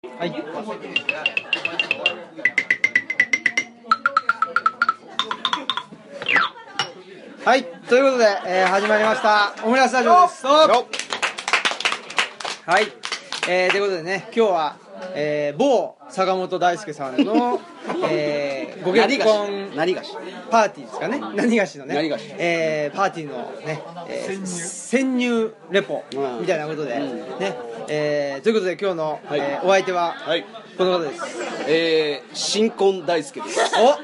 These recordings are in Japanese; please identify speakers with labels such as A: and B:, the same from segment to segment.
A: はい。はい、ということで、えー始まりました、オムライスタジオです。
B: よ
A: はい、えーということでね、今日は、えー某坂本大輔さん の、えーご結婚
B: 何がし
A: パーティーですかね、何がしのね、
B: 何がし
A: えーパーティーのね、えー潜入レポ
B: うん
A: みたいなことで、
B: うん
A: ね、えーということで今日の、
B: はい
A: えーお相手は、
B: はい
A: この方です。
B: えー、新婚大輔です
A: お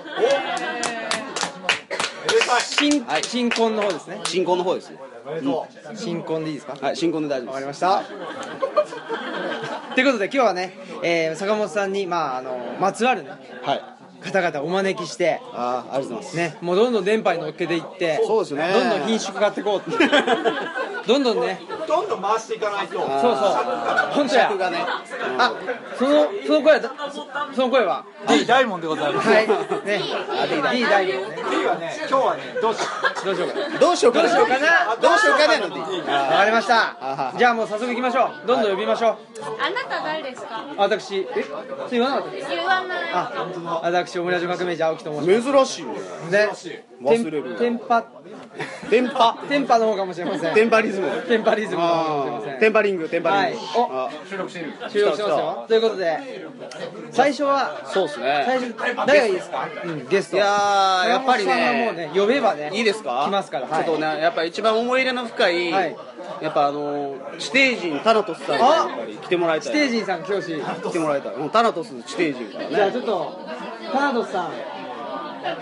A: 新
B: はい
A: 新婚の方ですね
B: 新婚の方ですね
A: 新婚でいいですか
B: はい新婚で大丈
A: わ
B: 夫
A: かり
B: で
A: ますしたということで今日はね、えー坂本さんに、まあ、あのまつわる、ね、
B: はい
A: 方々をお招きして、
B: あーありがとうございます
A: ね、もうどんどん電波に乗っけていって
B: そうですね
A: どんどん品種買っていこうって どんどんね
C: どんどん回していかないと
A: そうそう本当や
B: がね
A: あそのその声はその声は
C: D 大門でございます
A: はいね D 大丈夫ね
C: D はね今日はねどうしよ
A: どうしようかな
B: どうしようかな
A: どうしようかな
B: どうしようかなので
A: わかりました
B: は。い
A: じゃあもう早速行きましょう。どんどん呼びましょう。
D: あなた誰ですか
A: 私、え、そう言わなかったっけ
D: 言わない
A: あ、私、オムラジオ革命児青木と申し
B: 珍しいね
A: ます。ね、
B: 忘れる
A: テンテンパ、
B: テンパ
A: テンパの方かもしれません。
B: テンパリズム
A: テンパリズムの方かも
B: あ
A: しれま
B: ーテ
A: せん
B: ン。パリングテンパリング、
A: は収録してますよ。ということで、最初は、
B: あそうですね
A: 最初、誰がいいですかうん、ゲスト。
B: いやーやっぱりね
A: 山本さんがもうね、呼べばね、
B: いいですか
A: 来ますから。はい
B: ちょっとねやっぱ一番思い入れの深い、
A: はい
B: やっぱあのー地底人タナトスさんに
A: あ
B: やっぱり来てもらいた
A: ス
B: い
A: テージさん、教師。
B: 来てもらいたいもうタナトス地底人からね
A: じゃあちょっと、タナドスさん。
B: タナ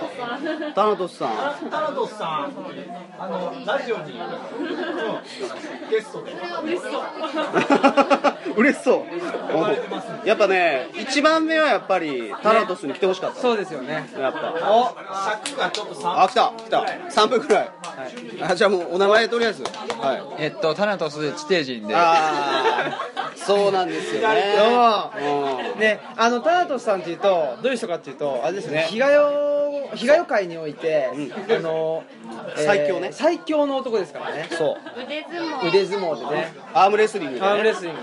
B: トスさん
C: うタラドスさんあのラジオに、うんゲストで
B: 嬉しそうやっぱね一番目はやっぱりタラトスに来てほしかった、
A: そうですよね。
B: やっぱ
A: お
C: 尺がちょっと3
B: あ来た来た3分くらい、あじゃあもうお名前とりあえずは
E: えっと、タナトス地底人
B: い
E: で、
B: ああそうなんですよね
A: どうも
B: うん
A: ね、あのタナトスさんっていうとどういう人かっていうとあれですね
B: ね
A: 日が代日が代会において、あの、
B: 最強ね
A: 最強の男ですからね
B: そう
D: 腕相撲
A: 腕相撲でね
B: アームレスリングでね
A: アームレスリング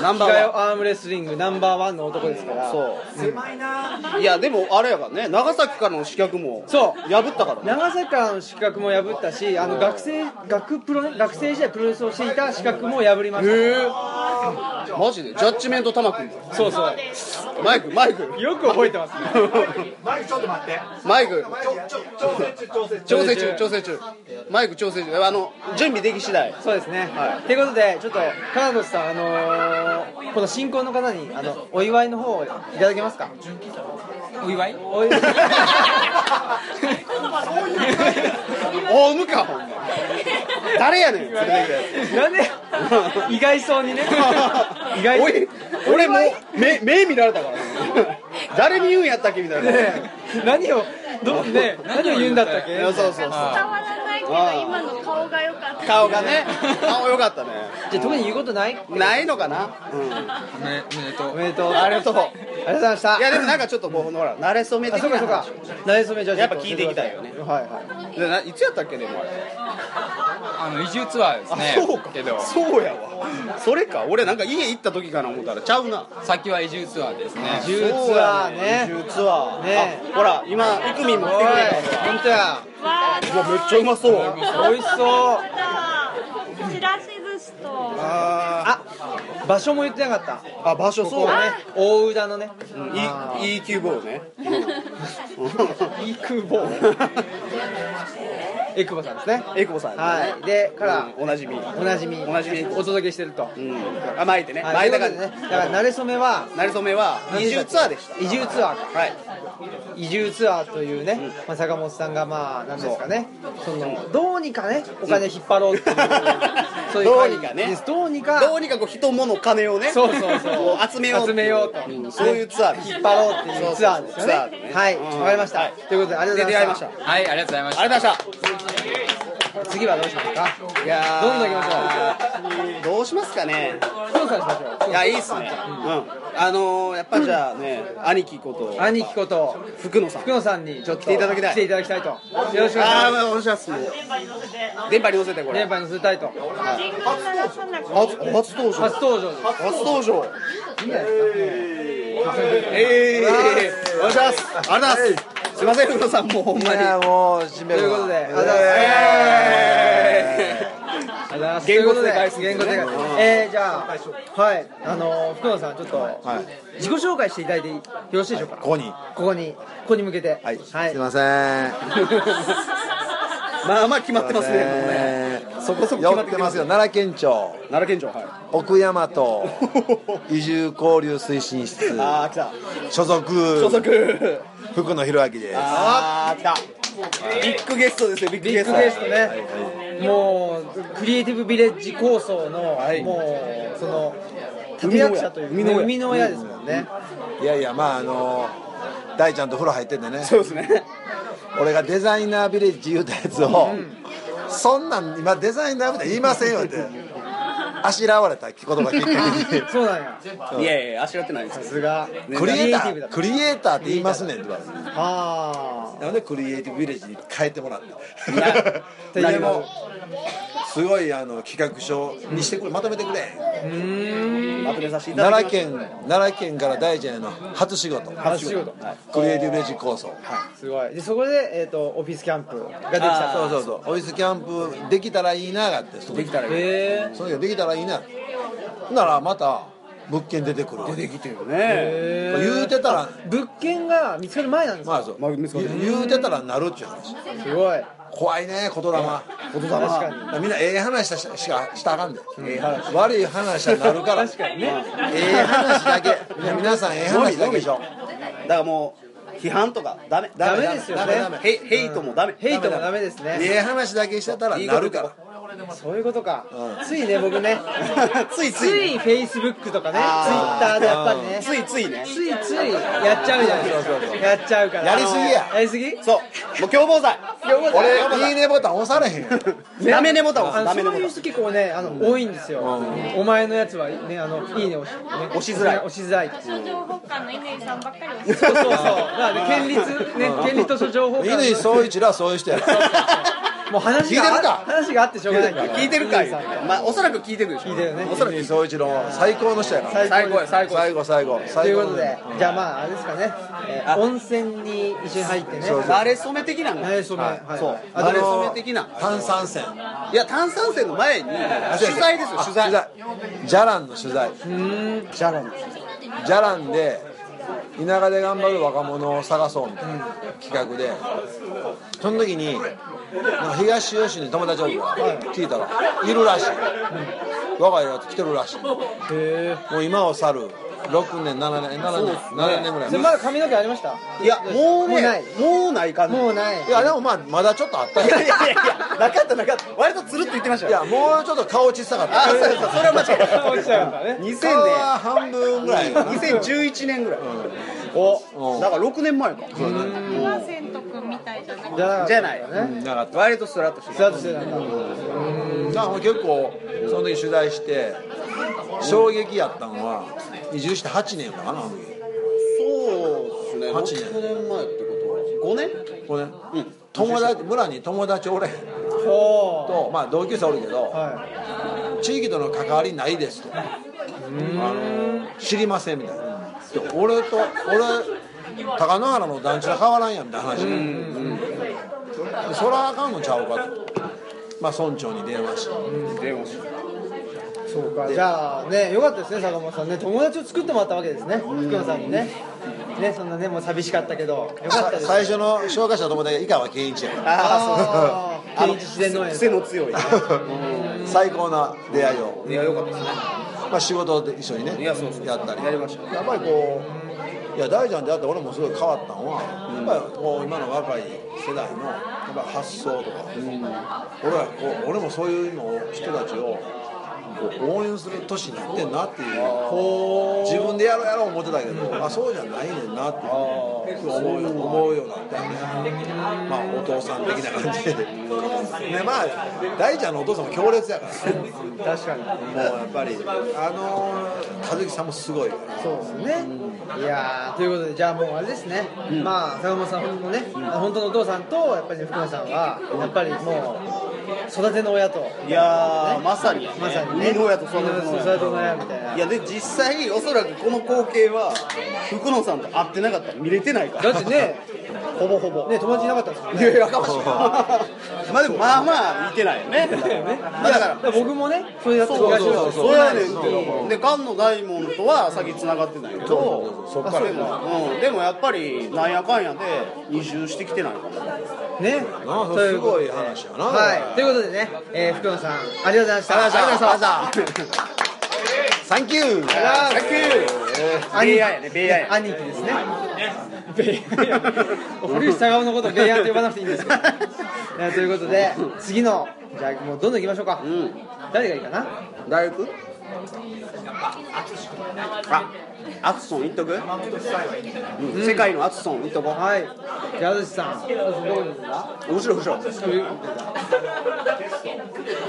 B: ナンバ
A: 日が
B: ー
A: 代アームレスリングナンバーワンの男ですから
B: ワ
A: う
B: ンそう
C: 狭いなぁ
B: いやでもあれやからね長崎からの刺客も
A: そう
B: 破ったからね
A: 長崎からの資格も破ったしあの学生学プロね学生時代プロレスをしていた資格も破りました、
B: マジでジャッジメント玉君
A: そうそう
B: マイクマイク
A: よく覚えてますね
C: マイクちょっと待って
B: マイク
C: ちょちょ調整中調整中
B: 調整中調整中マイク調整中あの準備でき次第
A: そうですね。
B: は
A: ということで、ちょっと、カナドスさん、あのーこの新婚の方に、あの、お祝いの方をいただけますか。
E: お祝い
A: お祝い。
B: オウム かほんま誰やねん連れて
A: なんで、意外そうにね。意外
B: きておい俺もう目目見られたからね誰に言うんやったっけみたいな、
A: ね何を、ど、ね、何を言うんだったっ
B: い
A: け。
B: やそうそうそう
D: 伝わらないけど
B: あー
D: 今の顔が良かった
B: 顔がね顔良かったね
A: じゃあ、特に言うことない。
B: ないのかな、うん、
E: ね、ね
A: お
E: と、
A: めでとう。
B: ありがとう
A: ありがとうございました。
B: いやでもなんかちょっとこうほら慣れ初め
A: あ、
B: 的
A: そうか、
B: な
A: そうか
B: 話。
A: なれそめじゃあ。
B: やっぱ聞いていきたいよね
A: ちょっとはい、はい。
B: でないつやったっけでもあれ
E: あの、移住ツアーですね。けど、
B: そうやわそれか俺なんか家行った時かな思ったらちゃうな
E: 先は移住ツアーですね。
A: ジューツはね。
B: ジューツアー
A: ね
B: あほら今イクミンも
A: おい
B: 来てくれたから、
A: 本当や。
D: わー
B: うわめっちゃうまそう
A: 美味しそう。
D: そうちらし寿司と
B: あ
A: あ、場所も言ってなかった。
B: ーあ場所そ
A: ここ
B: う
A: ね
B: ね、
A: 大宇田のね、あ
B: い EQ ね
A: ーイクボエクボさんですね。
B: エクボさん
A: はい、でから
B: うんおなじみ
A: おなじみ、
B: おなじみ
A: お届けしてると。はい
B: うんあ巻いてね巻い
A: と
B: た
A: いうこ
B: 感
A: と
B: じ
A: でね、だから慣れ初めは
B: なりそめは二重ツアーでした
A: 移住ツアーか。
B: はい
A: 移住ツアーというね、まあ坂本さんがまあなんですかね、そのどうにかねお金引っ張ろう っていう、そういう
B: どう
A: 会
B: にかね
A: ですどうにか
B: どうにかこう人物金をね
A: そうそうそう
B: こ集めよう
A: 集めようと
B: んそういうツアーです
A: 引っ張ろうっていうツアーですよね。
B: そうそうツアーね
A: はい、
B: うん
A: わかりました、
B: はい
A: ということでありがと
B: で
A: うご
B: 出
A: ざい
B: 会い
A: ま
B: ま
A: し
B: した
A: た
B: あり。
E: はい、ありがとうございました。
B: がとうございました
A: 次はどうしますか。
B: いや
A: どんどん行き
B: しょうどうしますかね
A: どうさんしましょう。
B: いやいいっすねうんあのーやっぱじゃあね兄貴こと
A: 兄貴こと
B: 福野さん
A: 福野さんにちょっと
B: 来ていただきたい
A: 来ていただきたいとよろしくお願
B: あ
A: いし
B: ーお願いします電波に乗せてこ
A: ます
B: れ
A: 連覇に乗せたいと
D: 時間流さなくて
B: 初初登場
A: 初登場です
B: 初登場
A: いいんじゃないですか
B: ええお願いしますありがとうございますすいません、ふろさん、もうほんま
F: い
B: に。
F: やもうしんべ
A: と
F: え
A: いう
F: 君
A: ことで、ありがとうございます。ありがとう
B: え
A: ございます。
B: 言語で
A: 返
B: 返
A: す
B: す
A: 言語で返す。えー、じゃあ、はい、あのー、福野さん、ちょっと、
F: はい
A: 自己紹介していただいてよろしいでしょうか。
F: ここに
A: ここに、ここに向けて。
F: はい、すい
A: は
F: ません
B: ーまあまあ決まってますね、もうね。
F: そ
B: こそこ決ま
F: 寄
B: っ
F: ってて
B: き
F: ま
B: ますす
F: よ奈良県庁
B: 奈良県庁、は
F: 奥大和
B: い。
F: 移住交流推進室
B: あー、来た。
F: 所属
B: 所属。
F: 福野弘明です
B: あー、来た。ビッグゲストですよ、ビッ
A: い。
B: グ
A: ビ
B: ゲ
A: ッ
B: スト。
A: グゲストね。もう、クリエイティブビレッジ構想の、
B: い
A: もう、その、立役者というか
B: 生みの親
A: 生みの親ですもんね。
F: いやいやまああの大ちゃんと風呂入っててね
B: そうですね。
F: 俺がデザイナービレッジ言うたやつを、そんなん今デザイナーみたいに言いませんよってあしらわれた言葉きっか けに
A: そうなんや。さ
B: いやいや、あしらってないですよ。
A: すが、
F: クリエイタ
A: だ
F: ークリエイターって言いますねんって言われて
A: あ
F: なのでクリエイティブビレッジに変えてもらった
B: や
F: ででもすごいあの企画書にしてくれまとめてくれ
B: まとめさせていただ
F: 奈
B: き
F: 良
B: ました。
F: 県奈良県から大臣への初仕事
A: あ、初仕事。
F: クリエイティブビレッジ構想
A: すごい。で、そこで、えっ、と、オフィスキャンプができ
B: あ
A: た
B: ー
A: と。
F: そうそうそうオフィスキャンプできたらいいながってできたら
A: へ
F: その時はできたらいいなならまた物件出てくる出てきてる
B: ね
F: 言うてたら
A: 物件が見つかる前なんですか
F: まあそう
B: まあ見つかる
F: 言う言うてたらなるっちゅう話
A: すごい
F: 怖いね言霊
A: 言霊確かに
F: みんなええ話したししかしたらあかんで、悪い話はなるからええ話だけみんな皆さんええ話だけでし
B: だ
F: ょ
B: からもう、批判とか、ダメ。
A: ダメですよ
B: ダ
A: ね
B: メダメヘイヘイトもダメ。
A: ヘイトもダメです
F: え
A: ね
F: え話だけしてたらなるから
A: そういうことか、
F: う
A: ついね僕ね
B: ついつ
A: つ
B: い。
A: いフェイスブックとかねツイッ
B: あ
A: ターでやっぱりね
B: ついついね。
A: ついついやっちゃうじゃないです
F: そうそうそ
A: か
F: う
A: やっちゃうから
F: やりすぎや
A: あのやりすぎ
B: そう。もう共謀罪。
F: 俺いいねボタン押されへんよ
B: ダメねボタン押
A: あ
B: す。
A: の
B: ダ
A: そ
B: メ
A: うい
B: ねボタ
A: う
B: ン。
A: 人結構ねあの、多いんですよ、お前のやつはねあのいいね押し,、ね、押
B: しづらい
A: 押しづらいっていう
D: 情報官の乾さんばっかりおっしゃる
A: そうそうそうだからね、県立ね県立図書情報館の
F: 乾総一らはそういう人や
A: もう話が
F: 聞いてるか
A: 話があってしょうがないから
B: 聞いてるかいまあ、おそらく聞いてるでしょ。
A: 聞いてるよね
F: おそらく総一郎最高の人やから
A: 最高です
F: 最高最高最高
A: とい
F: 最
A: う
F: 高
A: ことで、じゃあまああれですかね、えー温泉に一緒に入ってね
F: そうそう
B: バレソメ的なの。
A: なれそめ、はい
B: そう
A: あ
B: バレ
A: と
B: ソメ的な。
F: 炭酸泉
B: いや、炭酸泉の前に、取材ですよ、取材。
F: ジャランの取材
B: じゃあ、なん
F: じゃらんで田舎で頑張る若者を探そうみたいな企画でその時になんか東吉野に友達おるから聞いたらいるらしい若いやつ来てるらしいも
A: へ
F: う今を去る6年7年7年7年ぐら
A: え
F: い
A: それまだ髪の毛ありました
B: いや、もう
A: もうない
B: ね、もうない感じ。
A: もうない
F: いやでもまあまだちょっとあった
B: いやいやい
F: よ
B: や、なかったなかった。割とつるっと言ってました
F: い
B: よ。
F: やもうちょっと顔小さかっ
B: あ、そうそう、そ
F: た
B: れは間違えた。
A: 落ちちゃうからね
F: 顔
B: 2000
F: は半分ぐらいかな
B: 年、2011年ぐらい。
F: う
B: お、
F: ん
B: だから6年前か。
D: 千斗くんみたいじゃなくて
A: じゃ
B: じゃ
A: い
B: ない。
F: なかった
B: 割とスラッとして
A: スタートしてなんだ
F: だから結構その時取材して衝撃やったんは移住して8年かなあの時
B: そうですね。
F: 8
B: 6年前ってことは。5年
F: これ、友達村に友達おれへん
A: ほ
F: と、まあ、同級生おるけど、
A: うはい
F: 地域との関わりないですとあの知りませんみたいな、で俺と俺高野原の団地は変わらんやんみたいな話、でそらあかんのちゃうかと、まあ、村長に電話して、
A: そうかじゃあねよかったですね坂本さんね友達を作ってもらったわけですね福野さんにねねそんなねもう寂しかったけどよかったです
F: 最初の紹介した友達が井川健一やから
A: あ あ
B: あ
A: 県立自然農園
B: 癖の強い。
F: 最高な出会いを、
B: いや、よかったですね。
F: まあ、仕事で一緒にね
B: いやそうそう
F: やったり
B: やりましたね
F: やっぱりこういや大ちゃん出会って俺もすごい変わったのは、やっぱりこう今の若い世代のやっぱ発想とか、俺はこう俺もそういうのを人たちをこう応援する年になってんなっていう自分でやろうやろう思ってたけどあそうじゃないねんなっていう思うよ思うようになったよねまあお父さん的な感じでねまあ大ちゃんのお父さんも強烈やから
A: 確かに
F: もうやっぱりあのー、和樹さんもすごいから
A: そうですね。いやーということでじゃあもうあれですね。まあ坂本さんのね、本当のお父さんとやっぱりね福野さんはやっぱりもう。育ての親と
B: いやー、まさに、
A: まさにね
B: 生みの親と育て
A: 生みの
B: の親
A: 親と育ての親みたいない
B: やで実際おそらくこの光景は福野さんと会ってなかったら見れてないか
A: だ
B: ら
A: ってね
B: ほぼほぼ
A: ね友達いなかったですもん
B: い
A: ね
B: やいやかましいまあでもまあまあ見てないよねまあだから
A: 僕もねそれやって
B: そうそうそうそうやねんけ
A: そうそう
B: どで菅野大門とは先繋がってないけど
F: そうそうそうそっから
B: でも,、うん、でもやっぱりなんやかんやで移住してきてないかも
A: ね
F: なあそ
A: と
F: れ
A: い
F: す
A: うこと
F: ご
A: で
F: い話やな、
A: はいということでね、えー、福野さんありがとうございました
B: ありがとうございましたサンキュー サンキュー
A: 兄貴
B: ベイアやねベイアや
A: 兄貴ですねベイア古い坂尾のことをベイアと呼ばなくていいんですけどえーということで次のじゃあもうどんどん行きましょうか、
B: ん
A: 誰がいいかな
B: 大学あアツソンいっとく、うん、世界のアツソンいっとこ
A: はいじゃあ淳さん淳どこにいるんだ
B: 面白い面白い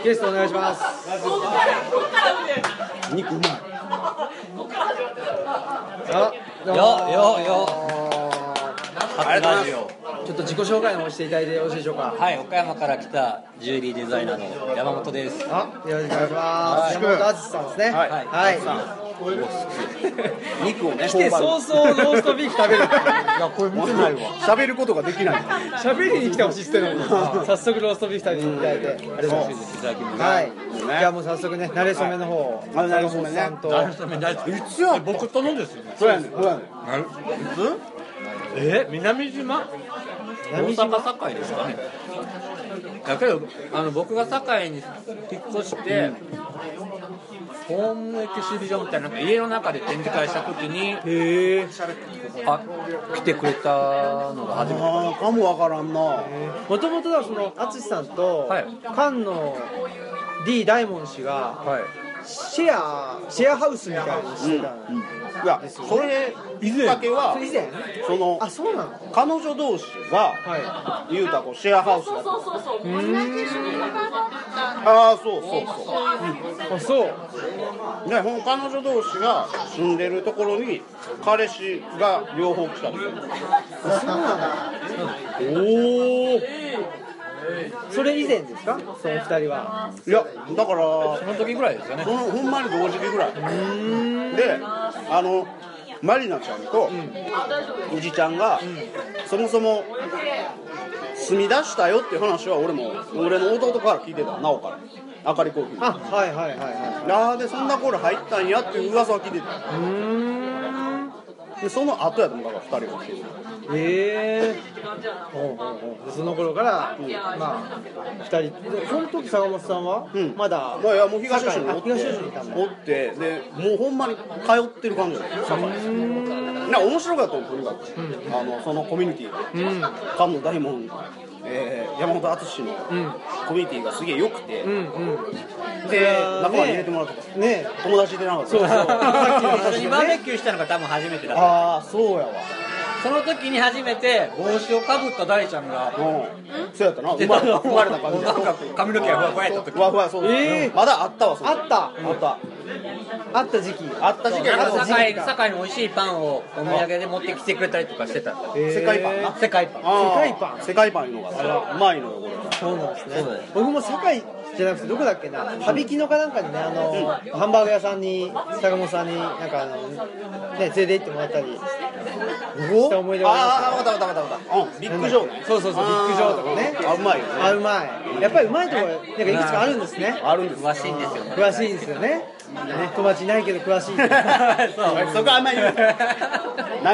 A: ゲストお願いします
B: 肉うまい
A: あよ
G: よよ
B: ありがとうございま
A: ちょっと自己紹介の方していただいてよろしいでしょうか
G: はい、岡山から来たジュエリーデザイナーの山本です。
A: あよろしくお願いします山本淳さんですね
B: はい
A: はい
B: す肉をね
A: 来て早々ローストビーフ食べるっていう
F: いやこれ見てないわ
B: 喋ることができない
A: 喋りに来てほしいっつってんのに早速ローストビーフ食べに行っていただいてありがとうございますはいじゃあもう早速ね慣れ初めの方を
B: はい
A: 坂本さんと
B: 実は僕頼んですよそうやねんそうやねん
G: え、南島？大
A: 南島
G: 阪堺ですかね。だけどあの僕が堺に引っ越して、ホームエキシビジョンみたいななんか家の中で展示会した時に、あ来てくれたのが初めて。
B: あーかもわからんな
A: もともとはその淳さんと
G: はい
A: 菅野 D 大門氏が
G: はい。
A: シェアシェアハウスみたいにしてたの
B: いやそれきっかけは
A: それ以前
B: その
A: あそうなの
B: 彼女同士が
A: は
B: 言うたらこうシェアハウスだった
H: うーん
B: ああそうそうそ
A: いあそう
B: うでほん彼女同士が住んでるところに彼氏が両方来たんですよ
A: おおそれ以前ですかその二人はい
B: やだから
G: その時ぐらいですよね
B: そ。のほんまに同時期ぐらいであのまりなちゃんと宇治ちゃんが、そもそも住み出したよっていう話は俺も俺の弟から聞いてたなおからあかりコーヒー
A: あはいはいはいは
B: ああでそんな頃入ったんやっていう噂は聞いて
A: いう
B: た
A: ーん
B: でその後やと思うだから2人が来てる
A: ええー、おうおうおうでその頃から、まあ二人でその時坂本さんは、
B: うん
A: まだ
B: まあいやもう東吉野にお
A: あ
B: って
A: 東吉野にいたんだ
B: おってでもうほんまに通ってる感じだよ堺な面白かったよとにかく、あのそのコミュニティが
A: うん
B: 菅野大門、えー、山本淳の
A: うん
B: コミュニティがすげえ良くて、
A: うんうん
B: で仲間に入れてもらったから、
A: ね
B: 友達でなかった
A: そうそう さっきの
G: 一緒
A: 話
G: に
A: も
G: バーベ
A: ね
G: キューしたのが多分初めてだった。
B: ああそうやわ
G: その時に初めて帽子をかぶった大ちゃんが
B: うんそうやったな生
G: 出
B: ま
G: た
B: れた
G: の
B: 生まれた感じ
G: なんか髪の毛がふわふわやった時
B: ふわふわそう、
A: えー
B: まだあったわその
A: あった
B: あった
A: 会った時期
B: あった時期や
G: な
B: なん
G: か
B: 世
G: 堺堺の美味しいパンをお土産で持ってきてくれたりとかしてたんだ
A: えー
B: 界パンな
G: 世界パン
B: あー
A: 世界パン
B: 世界パンいうのがさうまいのよこれ
A: そうなんですね
G: そうだよ
A: 僕も堺じゃなくてどこだっけな羽きのかなんかにねあの、ハンバーグ屋さんに坂本さんになんかあの、ね、連れて行ってもらったりした思い出が
B: ああ
A: あ
B: 分
A: り
B: かった分かった分かった分かったうんビッグジョーね
A: そうそうそうビッグジョーとかね
B: あーうまいよね
A: ますあうまいやっぱりうまいところなんかいくつかあるんですね
B: あるんです
G: 詳しいんですよね
A: 詳しいんですよねね友達いないけど詳しい
B: そこあんま言うな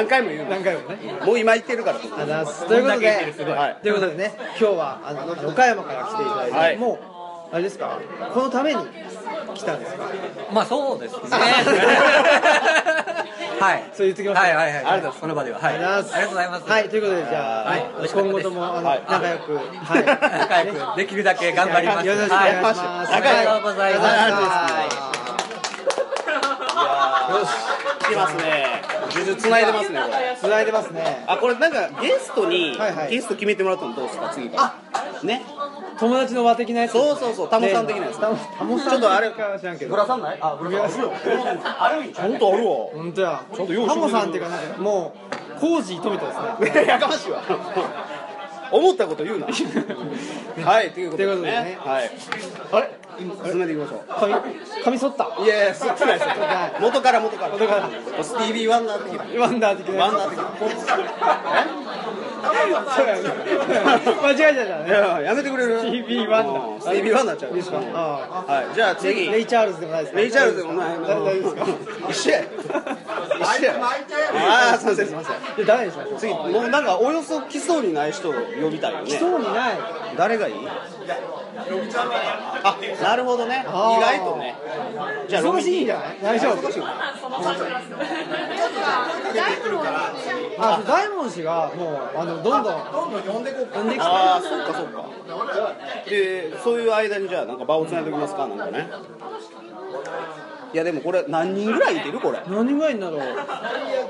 B: 何回も言う
A: 何回もね
B: なもう今言ってるから
A: ありがとうございますということ
G: こんだけ言ってるすご
A: で、
G: い
A: はいということでね、今日はあの岡山から来ていただいて、
B: はい
A: もうあれですか、このために来たんですか。
G: まあそうですね はい
A: そう言ってきました
G: はいはいはい
A: あ
G: あ
A: りが
G: りが
A: と
G: と
A: う
G: うございますこの場でははいありがとうございます
A: はい、ということで、じゃあ、
G: はい美味しかった
A: 今
G: で
A: 後
G: す
A: ともあの、
B: はい
A: 仲良く、はい、
G: 仲良くできるだけ頑張ります
A: よろしくお願いします。
G: はいありがとうございます
A: は
B: 来てますね数珠つないでますねこれ
A: い繋いでますね。
B: あこれなんかゲストに
A: はいはい
B: ゲスト決めてもらったのどうですか次からね
A: 友達の和的なやつ。
B: そうそうそうタモさん的なやつ
A: タモタモさん。
B: ちょっとあれ
A: か知らんけど。
B: さんないあ
A: ぶらさん
B: あるんちゃうほんとある わ
A: 本当や。
B: ちょっと用意し
A: タ
B: てくれ
A: モ
B: る
A: さんっていうかなんかもう工事富田ですね。
B: やかましいわ思ったこと言う なはいということ
A: ということで
B: ですね
A: ね
B: はい
A: あれ
B: 進めていきましょう
A: 髪髪剃った
B: いやいや、吸ってないですよ
A: は。
B: 元から元から。スティービー・ワンダー的な。
A: ワンダー的な
B: ワ
A: や
B: ンダー的
A: つそうやね間違えちゃった
B: な。い
A: ね
B: や、やめてくれる
A: TV ワンダ
B: うんスティービー・ワンダーちゃう。
A: いいですかあ
B: はい、じゃあ
A: あ
B: 次。
A: レイチャールズでもないですね
B: レイチャールズでもない。
A: 大丈夫ですか
B: 一緒や。一緒や。ああ、すいません、すいません。
A: で 誰にしましょう
B: 次、もうなんかおよそ来そうにない人を呼びたいよね。
A: そうにない
B: 誰がいいあ、なるほどね。意
A: あー
B: 外とね。じゃあ、
A: 忙しいんじゃない大丈夫
B: 忙しい
A: あそう大門氏がもうあのどんどんどんどん呼んでこ呼んできて
B: ああ、そうかそうか。で、そういう間にじゃあなんか場をつないでおきますかなんかね。いやでもこれ何人ぐらいいてるこれ。
A: 何ぐらいになろう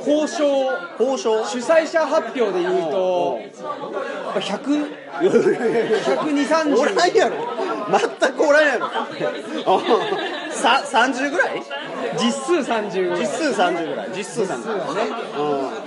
A: 交渉
B: 交渉。
A: 主催者発表で言うと100
B: いやいやいや
A: 120
B: おらんやろ。全くおらんやろ。あさ三十ぐらい？
A: 実数30ぐらい
B: 実数三十ぐらい。実数三十。うん。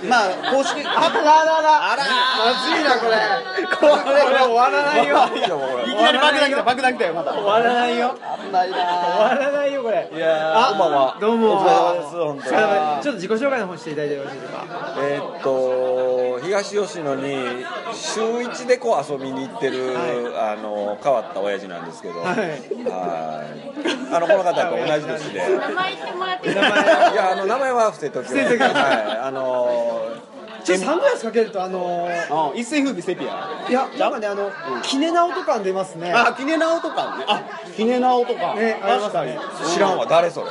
B: まあ公式
A: あららら
B: あらー
A: まずいなこれ
B: これは
A: 終わらないよ
B: いきなり爆弾来た爆弾来たよまだ。
A: 終わらないよ
B: 危ないなー。
A: 終わらないよこれ
B: いやー
A: あ
B: こんばんは
A: どうも
B: お疲れ様です本当に
A: お疲れ様ですちょっと自己紹介の方していただいてよろしいですか
G: えーっと東吉野に週1でこう遊びに行ってる、あの変わった親父なんですけど、
A: はい
G: はいあのこの方と同じ年で
D: 名前言ってもらっていい
A: 名
D: ですか
A: 前
G: いやあの名前は伏せときます
A: 伏せときます
G: はいあの
A: ちょっとサングラスかけるとあのー
B: うん一世風靡セピア。
A: いやなんかねあのキネナオとか出ますね
B: あ、キネナオとかね。あ、キネナオとか。
A: ねありま
B: 確
A: す
B: かに。
A: ね
G: 知らんわ誰それ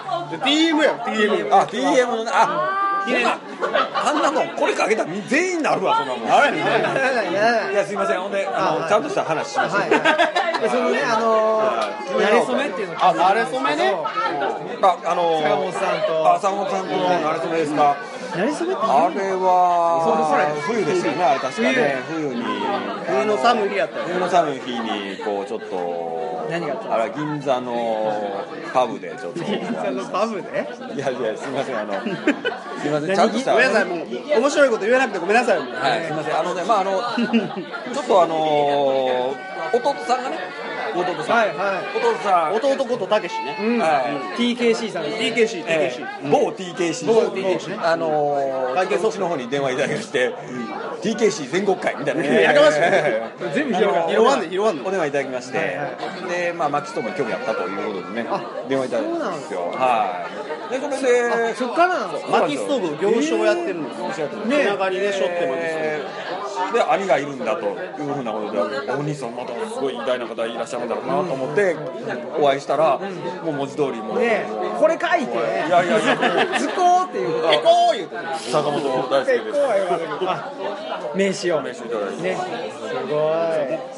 B: DM やろ DM
G: あ TM のねあこんなあんなもんこれかけたら全員なるわそんなもん
B: あれね
A: ならないならない
G: いやすいませんほんであのちゃんとした話しましょう
A: はいはいでそのねあのー、慣れ初めっていうの
B: あ、慣れ初めね
G: ああの
A: 坂本さんと
G: あ坂本さんとのあれそれですか、
A: 慣れ初めって
G: あれは冬ですよね、あれ確かね、冬に、
B: 冬の寒い日やったよ
G: 冬の寒い日に、こうちょっと、
A: 何があった
G: あれ、銀座のパブでちょっと、
A: あのパブで
G: いやいや、すみません、あの、すみません、ちゃんとした、
B: ごめんなさい
G: は
B: もう面白いこと言えなくてごめんなさいもう
G: い、すみません、あのね、まああの、ちょっとあの、弟さんがね、弟さん、
A: はいは
G: 弟さん、
B: 弟ことたけしね
A: い、うん
G: はい。
A: TKC さんです、ね、
B: TKC
G: え
B: TKC
G: え某 TKC 某 TKC あのー、会計そっちの方に電話いただきまして TKC 全国会みたいなね
B: やかましい
A: 全部広がる
B: 広がんね広がんね
G: お電話いただきまして、でまあマキとも興味あったということでね電話いただいたんですよはいでそれで
A: そっからなの
B: 薪ストーブ行商やってるんですよ
A: ね
B: つながりでしょっても
G: えーで兄がいるんだというふうなことでお兄さんまたすごい偉大な方いらっしゃるんだろうなと思ってお会いしたらもう文字通りもう、
A: ねこれ書いて
G: いやいやいや
A: 図工っていうこと
B: えこう言うて
G: 坂本大輔です
A: 名刺を
G: 名刺いただいて
A: ねすご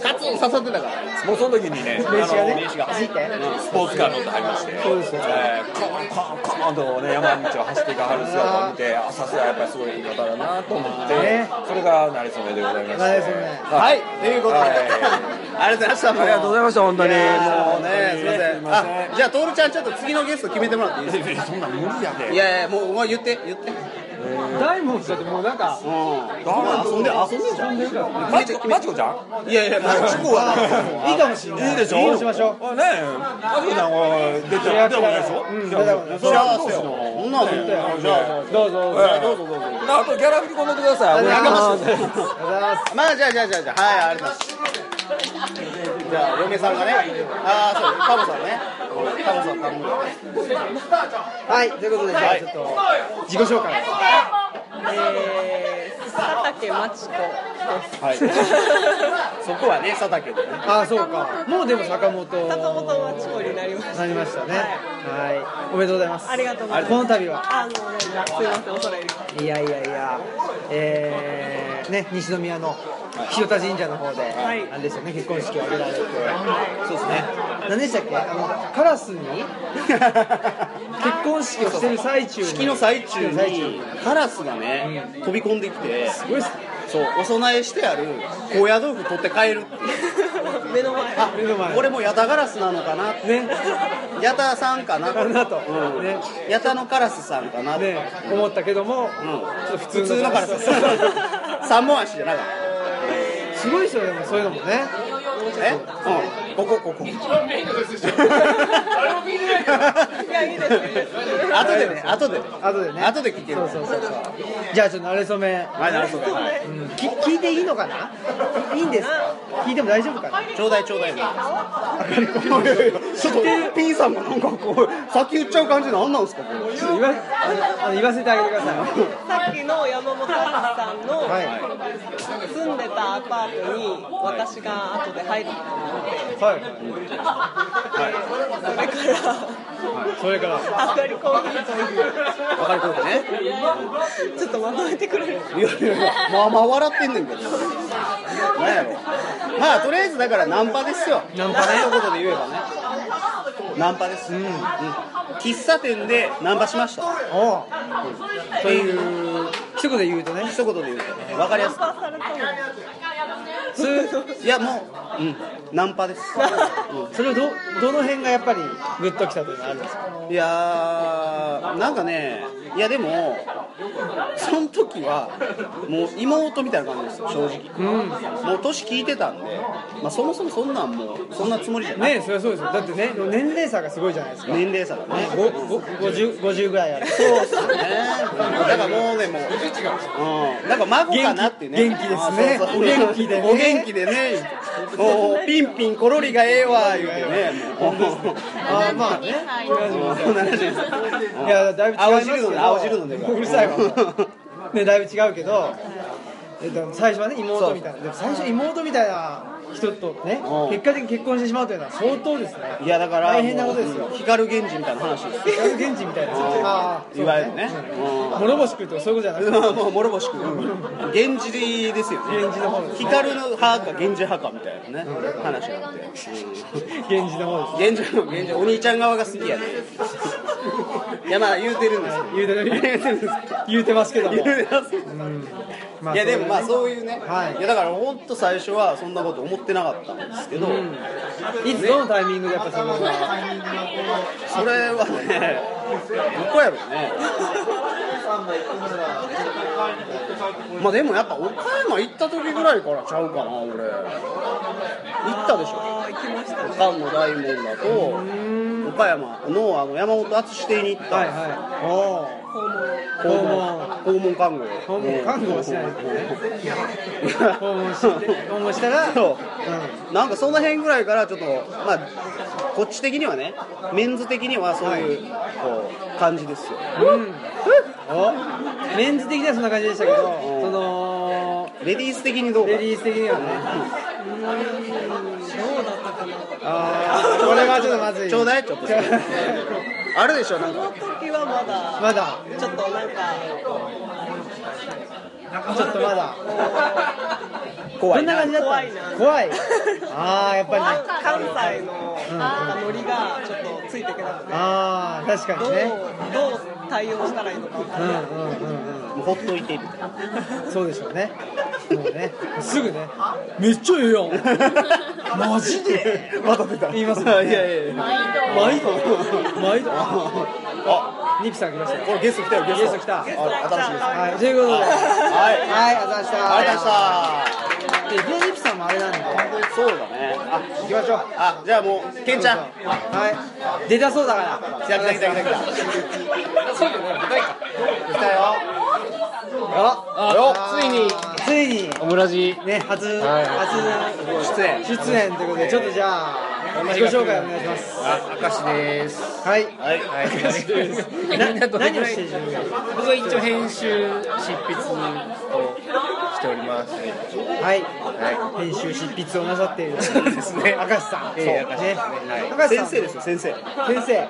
B: カツン刺さってたからね
G: もうその時にね、
A: い名刺がね
G: あの
A: ついて
G: スポーツカー乗ってはりまして、
A: そうですよ
G: えー、コーンコーンコーンとね、山道を走っていかはる姿を見て、あさすがやっぱりすごい方だなと思って、
A: ね
G: それがなれそめでございまして。
A: なれそめ
G: はい、ということで、
B: ありがとうございましたありがとうございました本当にもうねすいませんあじゃあ徹ちゃんちょっと次のゲスト決めてもらっていいですか
G: そんなん無理やで。
B: いやいやもうお前言って言って
A: い大門さんってもうなんか
B: 遊んで遊んでんじゃん
G: マチコ、マチコちゃん
B: いやいやもうチコは
A: いいかもしれない
G: いいでしょ
A: いいのしましょう
G: あねえ、マチコちゃんは出てる、出て
A: や
G: もないでしょ
A: うん
G: 出てもないでしょ
B: 幸せよそんなのじゃあ
A: どうぞどうぞ
G: ええどうぞどうぞ。あとギャラ振り込んでくださ
A: あ
G: い。
A: りがとうござい
G: お願いしま
A: ま
G: す
A: す
B: まあじゃあじゃあじゃあじゃあはいありがとうございますじゃあ嫁さんがねああそうタモさんねタモさんタモさん
A: はいということでじゃあちょっと自己紹介
H: えー、佐竹町子です。
B: はいそこはね佐竹でね
A: ああそうかもうでも坂本
H: 坂本町子になりました。
A: なりましたねはいおめでとうございます
H: ありがとうございます
A: この度は
H: あの、すいません、おそらいです。
A: いやいやいや、えー、ね、西宮の清田神社の方で、
H: い
A: あれですよね、結婚式を挙げられて、そうですね、何でしたっけ、あのカラ スに結婚式をしてる最中に、
B: 式の最中
A: 式の最中に
B: にカラスがね飛び込んできて
A: すごいっす
B: そうお供えしてある高野豆腐取って帰るっていう
H: 目の前。
B: あ
A: 目の前
B: これもヤタガラスなのかな
A: ね、
B: ヤタさんかな
A: かなと
B: うん
A: ね
B: ヤタのカラスさんかな
A: ね、思ったけども、
B: うん
A: ちょっと普
B: 普
A: 通
B: 通
A: の
B: の
A: カラ
B: カラ
A: ス
B: ス三本足じゃなかった
A: すごいですよでもそういうのもね
B: えうんここここ
H: いやいいですいいです
B: 後でね後でね
A: 後でね
B: 後で聞ける
A: そうそうそうそうじゃあちょっと慣れ初め
B: はいなるほどはい
A: き聞いていいのかないいんですか聞いても大丈夫かな
B: ちょうだいちょうだいちょっとピンさんがなんかこう先言っちゃう感じなんなんですかこれ
A: ちょっと言わあの言わせてあげてください
H: さっきの山本さんの
A: はい
H: 住んでたアパートに私が後で入るって
A: はい
H: 言ってそれから
A: それから
H: あかりコーヒーという
B: わかりこうね
H: ちょっとまとめてくれる
B: いやいやいやまあまあ笑ってんねんけどなんやろまあとりあえずだからナンパですよ
A: ナンパね
B: 一言で言えばねナンパです、うん喫茶店でナンパしました
A: おうという一言で言うとね
B: 一言で言うとわかりやす
H: パーされたもん
B: いいやもう、うん、ナンパです
A: それをどどの辺がやっぱりグッときたというのはあるんですか
B: いやーなんかねいやでもその時はもう妹みたいな感じですよ正直、もう年聞いてたんで、まあ、そもそもそんなんもうそんなつもりじゃない、
A: ねえそれはそうですよだってね年齢差がすごいじゃないですか
B: 年齢差がね
A: ごご50 50ぐらいある
B: そうっすねだからもうねもう、うん、なんか孫かなってね
A: 元気元気ですね
B: あそうそ
A: お
B: う
A: 元気でね
B: お元気でねもうピンピンコロリがええわ言うてねもう
A: ああまあね
B: 70
A: いやだいぶ違い
B: 青
A: ますけ
B: 汁飲んで
A: ど
B: 青汁飲んで
A: うるさいわねだいぶ違うけどえっと最初はね妹みたいなでも最初妹みたいな人とね
B: うん
A: 結果的に結婚してしまうというのは相当ですね
B: いやだから
A: 大変なことですよ
B: もう光源氏みたいな話ですよ
A: 光源氏みたいなああ
B: いわゆるね
A: 諸星君とかそういうことじゃなくて
B: うんもう諸星君源氏ですよね
A: 源氏の方です
B: 光の派か源氏派かみたいなね話があって
A: 源氏の方です
B: 源氏の源氏お兄ちゃん側が好きやね いやまあ言うてるんです
A: 言うてる
B: 言うてるんです
A: 言うてますけども
B: 言うてます
A: まあ
B: いやでもまあ
A: そ
B: そういうね、
A: はい
B: い、やだから本当最初はそんなこと思ってなかったんですけど、
A: ういつどのタイミングでやっぱその
B: それはねどこやろうねまあでもやっぱ岡山行った時ぐらいからちゃうかな俺行ったでしょ
H: あー来ましたね
B: 岡の大門だと岡山のあの山本篤邸に行った、
A: はいはいおお
H: 訪問
A: 訪問
B: 訪問看護
A: 訪問看護はしないです
B: ね
A: 訪 問して訪問したら
B: そう
A: う
B: なんかその辺ぐらいからちょっとまあこっち的にはねメンズ的にはそういうこう感じですよ
A: ん、うん、おメンズ的にはそんな感じでしたけどその
B: レディース的にどうか
A: レディース的にはね
H: どうだったかな
A: あーこれはちょっとまずい
B: ちょうだいちょっ とあるでしょなん
H: そ
B: か
H: の時はまだ
A: まだ
H: ちょっとなんか
A: ちょっとまだ
B: 怖
A: ど
B: い
A: んな
B: な
A: 感じだったんですか 怖いああやっぱりね
H: 関西のなんかノリがちょっとついていけなくて
A: ああ確か
H: ど
A: に
H: う
A: ね
H: どう対応したらいいのか分か
A: うんん
H: ない
A: うんうん
B: もうほっとい てみたいな
A: うんそうでしょうねもうねすぐね
I: めっちゃええやんマジで
B: また出た
A: 言いますもんね
B: いやいやいや
A: 毎度毎度あニピさん来ましたよ
B: これゲスト来たよゲ
A: ゲスト来た
B: あ新しいです
A: はいということで
B: はい
A: はいあざました
B: ありがとうござ
A: でジョニピさんもあれなんで
B: いましたそうだねあ
A: 行きましょう
B: あじゃあもうケンちゃん
A: はい出たそうだから
B: 来た来た来た来た来た来たよ
A: あついについに
C: オムラジ
A: ね初
C: はい
A: 初
B: 出演
A: 出演ということでちょっとじゃあ自己紹介お願いします
C: あ明石です
A: はい
B: はい
C: はい
A: な何をしてる
C: 僕は一応編集執筆をしております
A: はい
C: は
A: 編集執筆をなさっている
C: そうですね
A: 明石さん
C: ええ明石ですねはい
A: 明石さ
B: 先
A: ん
B: 生ですよ先生
A: 先生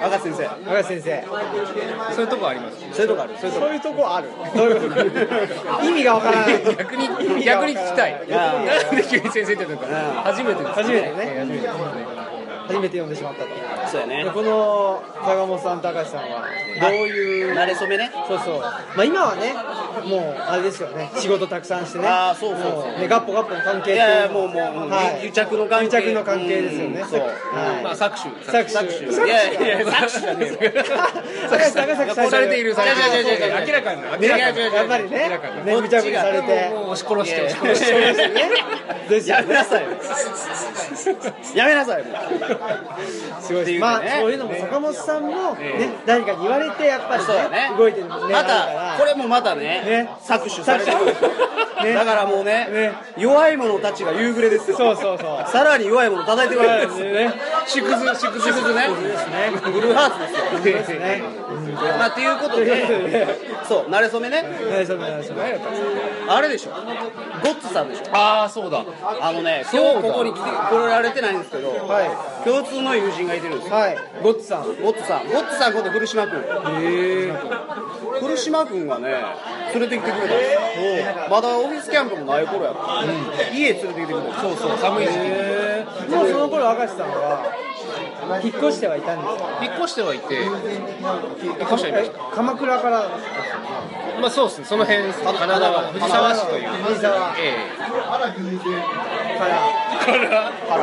B: 若先生
A: 明石先生
C: そういうとこあります
B: そういうとこあるそういうとこ
A: そういうとこあるどういうこと意味がわからない
C: 逆に逆に聞きたい
B: や
C: なんで急に先生って言ったのか初めてです
A: 初めてね
C: ええ初めてですね
A: 初めて読んでしまったと
B: そうやね
A: でこの坂本さんと明石さんはどういう
B: 慣れ初めね
A: そうそうまあ今はねもうあれですよね仕事たくさんしてね
B: あーそうそうそ
A: も
B: う
A: ねガッポガッポの関係って
B: い
A: いうのは
B: やいやもうもう、
A: はい
B: 癒着の関係
A: 癒着の関係ですよね
B: うんそう
A: は
I: まあ、
A: い
I: 搾取。
A: 作詞
B: いやいやいや作詞じゃね えよ
I: されている、されている。
B: 違う違う違う違う
I: 明らかになる。
A: ねやっぱりねねぐちゃぐちゃされて
I: もう押し殺して、押し
B: いや
I: 殺して。
A: ですよ
B: や
A: ね
B: めな さいよやめなさいもう
A: すごいです
B: ね
A: まあそういうのも坂本さんもね誰かに言われてやっぱり
B: そうだ
A: ね
B: ね
A: 動いてるもんね
B: ま
A: あるから
B: たこれもまたね
A: ね
B: 搾取されてくる
A: 搾取ね
B: だからもう
A: ね
B: ね弱い者たちが夕暮れですよ
A: そうそうそう
B: さらに弱い者叩いてくるわけですよ
A: ね
B: 縮図縮図縮図ねブルーハーツですよ
A: ですね
B: まあということでそう馴れ初めね
A: ねそうねそうね
B: あれでしょゴッツさんでしょ
I: ああ、そうだ。
B: あのね今日ここに来て来られてないんですけど
A: は
B: 共通の友人がいてるんです
A: い
B: よ
A: はいゴッツさん
B: ゴッツさんゴッツさんこと古島君
A: へえ
B: 古島君がね連れてきてくれたんですよまだオフィスキャンプもない頃やから、家連れてきてくれたんですよ
I: そうそう、寒い時期に。
A: もうその頃明石さんは引っ越してはいたんですか
I: 引っ越してはいて、引っ越してはいまし
A: え鎌倉から
I: た。まあ、そうですね、その辺ですね、神奈川、藤沢市という。
A: 藤沢
I: え
A: から
I: えから、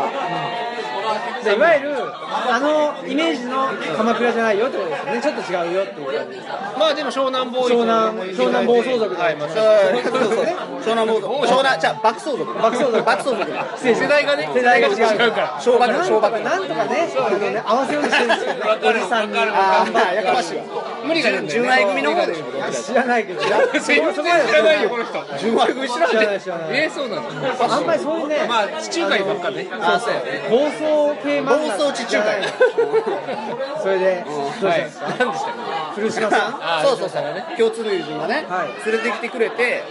A: でいわゆるあのイメージの鎌倉じゃないよってことですよねちょっと違うよっていう感じ
I: まあ、でも湘南ボーイ
A: 湘南湘南暴走族
I: はい、まあ、
B: そうそうそう湘南暴走湘南じゃあ爆走族
A: 爆走族
B: 爆走族だ
A: 失礼し
I: 世代がね、
A: 世代が違う
I: うから。
B: 小爆
A: なん
B: 小
A: と
B: 爆
A: かなんとかねあのね合わせようとしてるんですよね
I: わかる
A: おじさんに
I: わかる
A: あー
B: まあやかましいわ
I: 無理が出るんだよ
B: 純
I: ね。
B: 愛組の方でしょ
A: 知らないけど
I: 全然知らないよ、この人。
B: 純愛組知らん
A: 知らな
B: て
A: い知らない
I: ええ、そうなの。
A: あんまりそういうね
I: まあ、地中海ばっかね。
B: あそうやね
A: 暴走系漫画
B: 暴走地中海
A: それでどうし
I: は
A: たん
I: い
A: ですか、。
I: 何でしたっけ。
A: 古島さん
I: あー
B: そうそうそう、共通の友人がね、
A: はい
B: 連れてきてくれて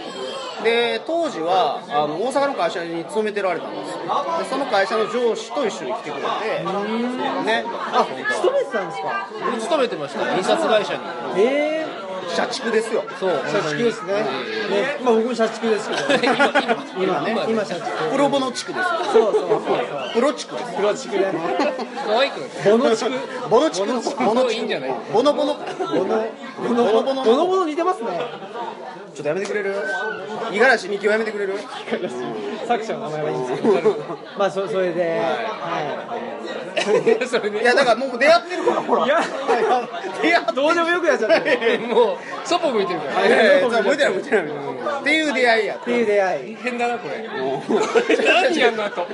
B: で当時はあの大阪の会社に勤めてられたんですよでその会社の上司と一緒に来てくれてね
A: あ勤めてたんですか
I: 勤めてました、印刷会社に。
A: ええ
B: 社畜ですよ
I: そう、
A: 社畜ですね。ね、まあ僕も社畜ですけど。
I: 今
A: 今ね
I: 今、ね
A: 今社畜。
B: プロボの地区です
A: そ
B: よ
A: うそうそうそう。
B: プロ地区です
A: 黒畜で。
I: 可愛くなって。
A: ボノ畜。
B: ボノ地区のボノ
I: いいんじゃない
B: ボノボノ
A: ボノボノボノボノボノ似てますね。
B: ちょっとやめてくれる五十嵐美樹をやめてくれる
A: 作者の名前はいいんですけど。まあそそれで、はい
B: やだからもう出会ってるからほら
A: い。いや、
B: 出会って
A: どうでもよくやっちゃった。って
I: もう、そっぽ向いてるから。
B: いやいや向いてない向いてないっていう出会いや
A: いう出会い。
I: 変だな、これ。何やんの、あと。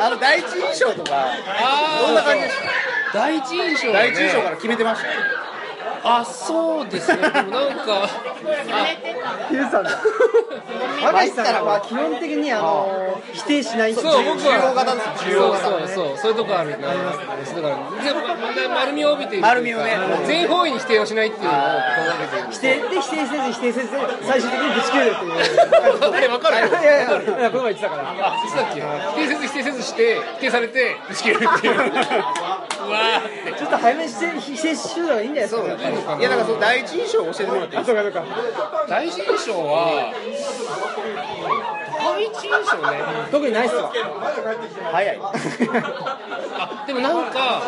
B: あの第一印象とか
I: あー
B: どんな感じでした
I: 第一印象、ね。
B: 第一印象から決めてました
I: あ、そうですね。でもなんか、
A: ゆうさんだ。
B: 参
A: 若
B: っ
A: 石
B: た
A: さ
B: ら
A: んは基本的にあの否定しない。
I: そう、僕
B: 需要
I: は。
B: 型です需要型
I: そうそうそう、そういうとこあるな。だから、でも丸みを帯びている。
B: 丸みをね
I: 全方位に否定をしないっていうのを心がけてる。
A: 否定で否定せず否定せず最終的にぶち切れるっていう。
I: えわかる
A: いやいやいやこの前言ってたから。
I: あ、そうだっけ否定せず否定せずして、否定されて、打ち切れるっていう。うわーって。
A: ちょっと早めにして否定しようがいいんじゃないですか。そうだね。
B: いやだからその第一印象を教えてもらっていい
A: あそうかそうか。
I: 第一印象は、第一印象ね。
A: 特にないっすわ。
B: 早い
I: あ、でもなんか、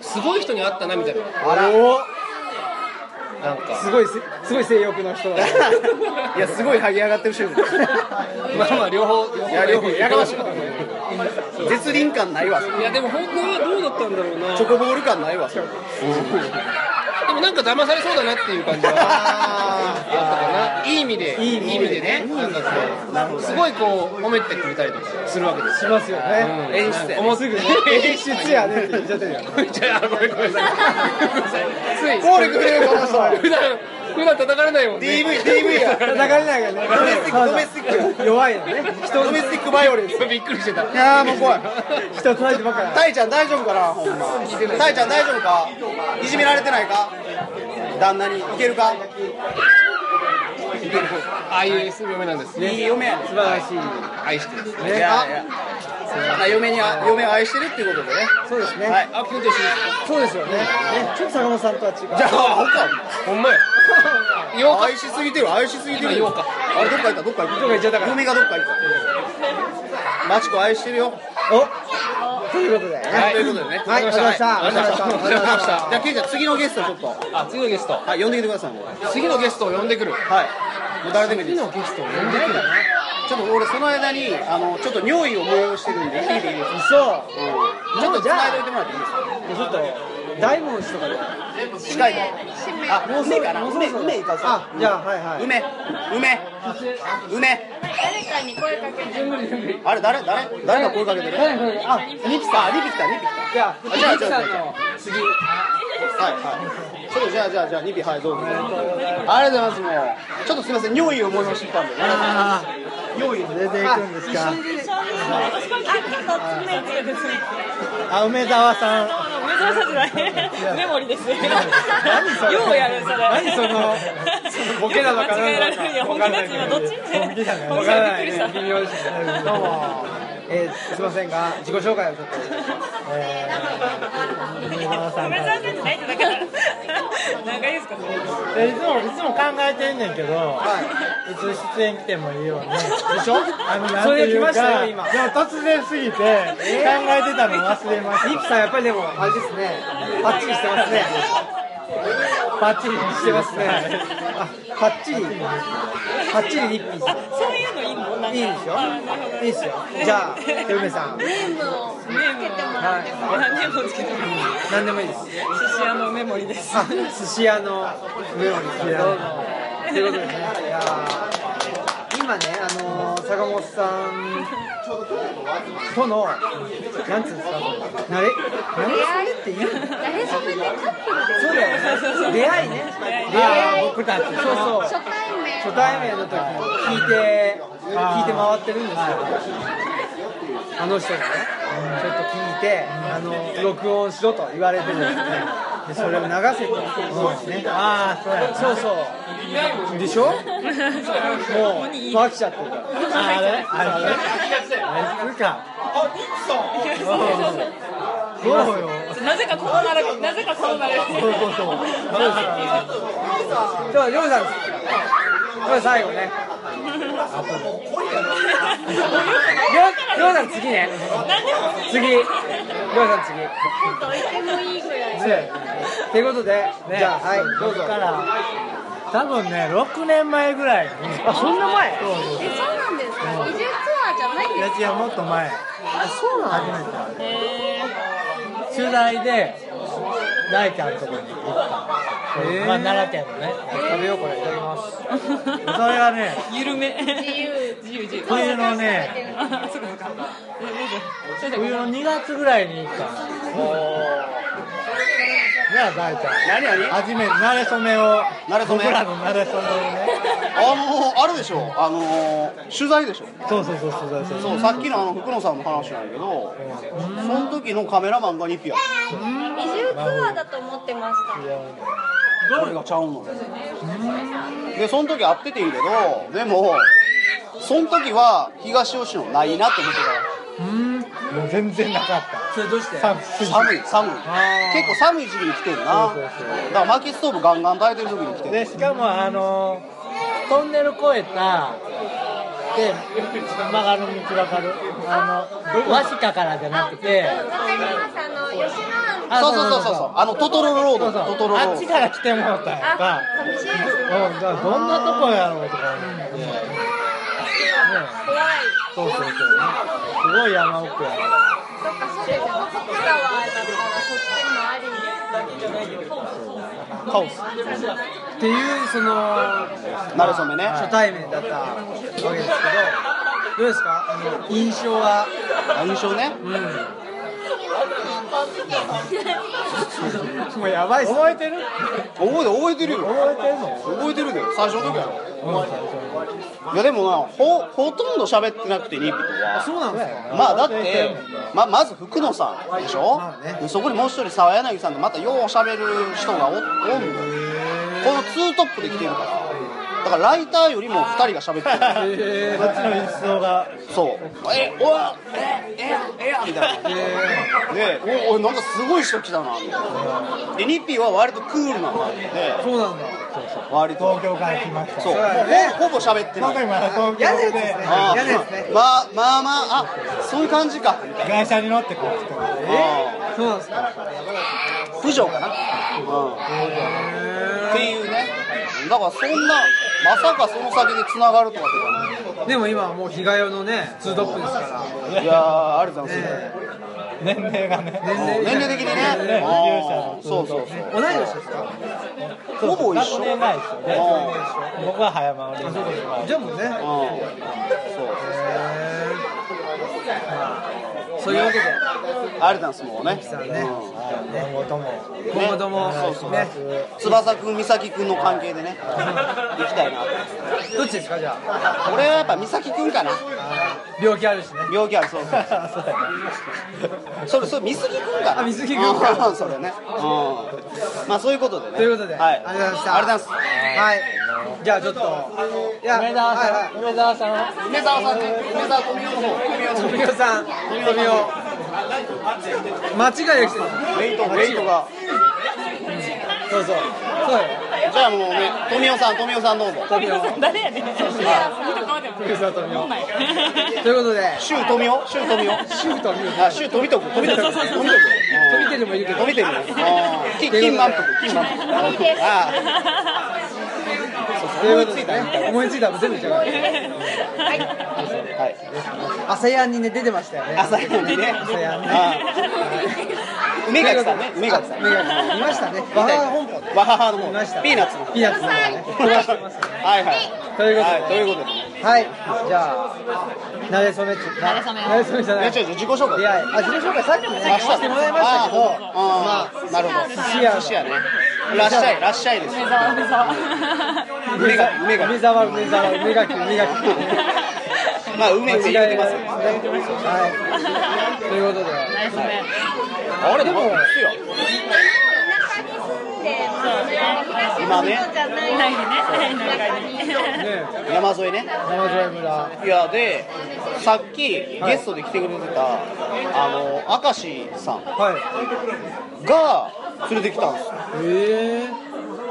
I: すごい人に会ったなみたいな。なんか。
A: すごいすすごい性欲の人だね。
B: いやすごい剥げ上がってる瞬間
I: まあまあ両方
B: いや両方やかましい
I: い
B: わ絶倫感ないわ
I: やでも本当はどうだったんだろうな
B: チョコボール感ないわ
I: でもなんか騙されそうだなっていう感じは
B: あ
I: あったかないい意味でいい意味でねなんかこうすごいこう褒めてくれたりとかするわけです
A: しますよね。
B: ー演出やね
I: もうすぐ
A: 演出やねって言っちゃってるよ。
I: じゃあごめんごめんなさいつい
B: 暴力振るうこの人
I: 普段普段叩かれないもんね
B: DV DV や
A: 流れないからね。ド
B: メスティックドメスティッ
A: ク。弱いのね。
B: ドメスティックバイオレンスい
I: びっくりしてた
B: やーもう怖い
A: 人叩いてばっかり。
B: タイちゃん大丈夫かなほんまタイちゃん大丈夫かいじめられてないか旦那にいけるか
I: ああいうすぐ嫁なんですね
B: いい嫁やね
A: 素晴らしい。
I: 愛してる
B: いやいやまあ嫁には嫁を愛してるっていうことでね
A: そうですね。
B: はい
I: あ君と一緒です
A: そうですよね。ねちょっと坂本さんとは違う。
B: じゃあ他
I: ほんまやよか
B: 愛しすぎてる愛しすぎてる
I: 今言おうか
B: あれどっか行ったどっか行っ
A: ど
B: た
A: っか行っちゃったから
B: 嫁がどっか行ったマチコ愛してるよ
A: お。ということでね
B: はい、ということでね。
A: はいありがとうございました
B: ありがとうございました。じ
A: あ
B: ゃあ、ケイちゃん、次のゲストちょっと。
C: あ次のゲスト
B: はい、呼んできてください、もう。はい。
C: 次のゲストを呼んでくる
B: もう誰でもいい
C: 次
B: です。
C: のゲストを呼んでくる
B: ちょっと俺、その間に、あの、ちょっと尿意を催してるんで、聞いていいですか
A: そう
B: うんちょっと繋いでおいてもらっていいですか
A: ちょっと大門氏とかで
B: 近いと。あ、もう梅かな梅、梅行かず。
A: あじゃあはいはい
B: 梅、梅、梅。
D: 誰かに声かけて
B: あれ、誰、誰、誰が声かけてる
A: 誰が声かけてるあ
B: ニキさん、あニキ来た、ニキ来た。
A: じゃ
B: あじゃあじゃあ
A: あ
B: じゃあ
A: 次
B: はいはい。ちょっとじゃあじゃあじゃあニビはいどうぞ。ありがとうございますもう。ちょっとすみません尿意を思い出してきたんで。
A: 用意出ていくんですか
H: あ、結構詰めてですね。
A: あ梅沢さん
H: 梅沢さんじゃない。メモリですね。ようやるそれ。
A: 何そのそのボケなのかな
H: 間違えられるいや本気だ今どっち？本気だ
A: わからない
H: びっくり
A: ね
H: した。
A: 微妙でしたどうもえー、すいませんが自己紹介をちょっとえー梅沢さんから
H: さんじゃないんだから。何回ですかそれ。
J: いつもいつも考えてんねんけど、い、つ出演来てもいいよねでしょあのなんて
A: それ
J: い
A: 来
J: う
A: ま
J: か
A: したよ今
J: でも突然すぎて、考えてたの忘れまし
A: ニキさんやっぱりでもあれですねパッチリしてますねパッチリしてますねあパッチリパッチリニッピーさん
H: そういうのいいの？なんか
A: いいですよ
H: あなるほど
A: いいですよじゃあ手梅さん
H: メモつけてもらっても。メモつけてもらっても。
A: 何でもいいです
H: 寿司屋のメモリです。
A: あ寿司屋のメモリーさんどうもということでねいやー今ねあのー、坂本さんとのなんつうんですかなれなれそれって言う
D: 誰それでカップルで
A: そうだよね出会いね出会い僕たちそうそう
D: 初対面
A: 初対面の時聞いて聞いて回ってるんですよあの人がねちょっと聞いてあの録音しろと言われてるんですねでそれを流せと思うんですねああそうそうそうでしょもう飽きちゃってるから
J: たあれあれあいつか
A: そうよ
H: なぜかこうなる。なぜかこうなる。
A: そうそうそうじゃありょうさんこれ最後ねりょうりょうさん次ね次りょうさん次
D: どいてもいいぐらい
A: ということで、じゃあ、はい、どうぞ。
J: から多分ね6年前ぐらいに
A: あ、そんな前
D: えそうなんですか移住ツアーじゃないん
J: い
D: です
J: や違うもっと前そうなの初めて取材で大ちゃんのとこに行ったんですよ、まあ、奈良県のね
A: 食べよう、これ、いただきます。
J: それがね
H: 緩め。自由自由自由。
J: 冬のね
H: あそうかそうか。えどうぞそれで
J: 冬の2月ぐらいに行ったんですよねえ大ちゃん
B: 何何？
J: 初めて慣れ初めを
B: 慣れ初め
J: 僕らの慣れ初めをね
B: あのあれでしょ。あの取材でしょ。
J: そうそうそうそうそう
B: そうさっきのあの福野さんの話なんだけど、その時のカメラマンがニピや。
D: 移住ツアーだと思ってました
B: それがちゃうのよ。でその時会ってていいけど、でもその時は東吉野ないなって思って
J: もう全然なかったそれどうして寒すぎ
B: た
J: て
B: から。寒い寒い。結構寒い時期に来てるな。
J: そうそうそ
B: だから薪ストーブガンガン炊いてる時に来てる。
J: でしかもあのトンネル越えたで曲がる道わかるあの和鹿からじゃなくて
D: わかりますあの吉野庵
B: そうそうそうそうそう。あのトトロロード、
J: そう
B: ト
J: そ
B: ト
J: う
B: ロロ
J: あ
B: ー
J: っち
B: ド。
J: から来てもらったんやん
D: あ
J: か、
D: 寂しいです
J: う
D: ね
J: ん、だからどんなとこやろうとか思って、
D: 怖い
J: そうそうそうすごい山奥やな
D: そっかそうですよね徳川だったらそっちもあり
A: カオス。っていう、その、
B: なるそめね。
A: 初対面だったわけですけど、どうですかあの、印象は。
B: 印象ね。
A: もうやばいっす。
J: 覚えてる
B: 覚えて覚えてるよ。
J: 覚えてんの
B: 覚えてるけど最初の時やろ。いやでもなほほとんど喋ってなくてニーピとは。
A: そうなんですか
B: まあだってままず福野さんでしょ
A: まあね、
B: でそこにもう一人沢柳さんでまたよう喋る人がおおんのこのツートップで来てるからだだからライターよりも2人が喋ってる
J: こっちの一層が
B: そうえおわええやえやみたいなでおおなんかすごい人来たなみたいなでニッピーは割とクールなので
A: そうなんだ
B: 割と
J: 東京から来ました
B: そう、もうほぼほぼ喋って
J: 今回
B: る
J: も東京
A: 嫌な
J: で
A: やつですね
B: あ
A: 嫌なやつね
B: ーまあまあまああそういう感じかみたい
J: 外車に乗ってこう来てます
B: なあ
A: そうなんですか
B: ー不条かな、うん、っていうねだからそんなまさかその先で繋がるとかって
A: でも今はもう日替えのねツートップですから
B: いやーありがとうございます、
A: ええ
J: 年齢がね
A: 年
B: 年齢的にね
J: ね
B: あーそうそう
A: 同い年ですか
B: そうほぼ一緒
J: 学年ないですよね僕は早回りなんで
A: じゃあもうね
B: あ
A: そういうわけで
B: りがとうございますもうね
J: 今後とも
A: 今後ともね
B: 翼くん美咲くんの関係でね行きたいなと
A: どっちですかじゃあ
B: 俺はやっぱ美咲くんかな
A: 病気あるしね
B: 病 気あるそうそう それそれ美咲くんかな
A: あ美咲くんか
B: うんそれねうんまあそういうことでね
A: ということで、
B: はい
A: ありがとうございました
B: ありがとうございます
A: はいじゃあちょっといや
J: 梅沢
A: は
J: さ
A: い
J: ん梅沢さん
B: 梅沢さんね梅沢富美男の方
A: 富
B: 富美男の
A: 美男さん富美男間違いが来てる
B: 方レイトウェイトが
A: そうそうそうよ
B: じゃあもうね富美男さん富美男さんどうぞ
A: 富美男
H: 誰やねん。いや、
A: 富美男富美男
H: ない。
A: ということで
B: シュウ富美男シュウ富美男
A: シュート見る
B: あシュウ富美男富美男富美男
A: 飛び手でもいるけど
B: 伸びてるよ。金金満腹、金満腹。
D: いいです。
B: あ
A: 思いついたね思いついたの全部言っちゃうから
B: あ、はい。
A: 朝やんにね出てましたよね
B: 朝やんにね
A: 朝やんね
B: あー梅垣さんね、梅
A: 目
B: 垣さん。
A: 梅垣さんいましたねバハ本舗
B: わははの方
A: いました
B: ピーナッツの方。
A: ピーナッツの方ね飛ばしてますね
B: はいはい。
A: ということで
B: はいということでね。
A: はいじゃあなれそめちなれそめなれそめじゃない
B: いやちょっと自己紹介。
A: いやあ自己紹介さっきもね
B: あ、
A: してもらいましたけど
B: あー、なるほど。寿
A: 司屋の
B: 司屋ね。らっしゃい、らっしゃいです。梅が梅が
A: 梅沢梅沢梅垣梅垣
B: まあ梅梅言ってますよ。
A: はいということで
B: あれでも。
D: 田舎に住んでますね。
B: 今ね
D: 東京じゃないね。田舎に。
B: 山沿いね。
A: 山添村
B: いやでさっきゲストで来てくれてた、あの明石さん
A: は
B: が連れてきたんですよ
A: いええ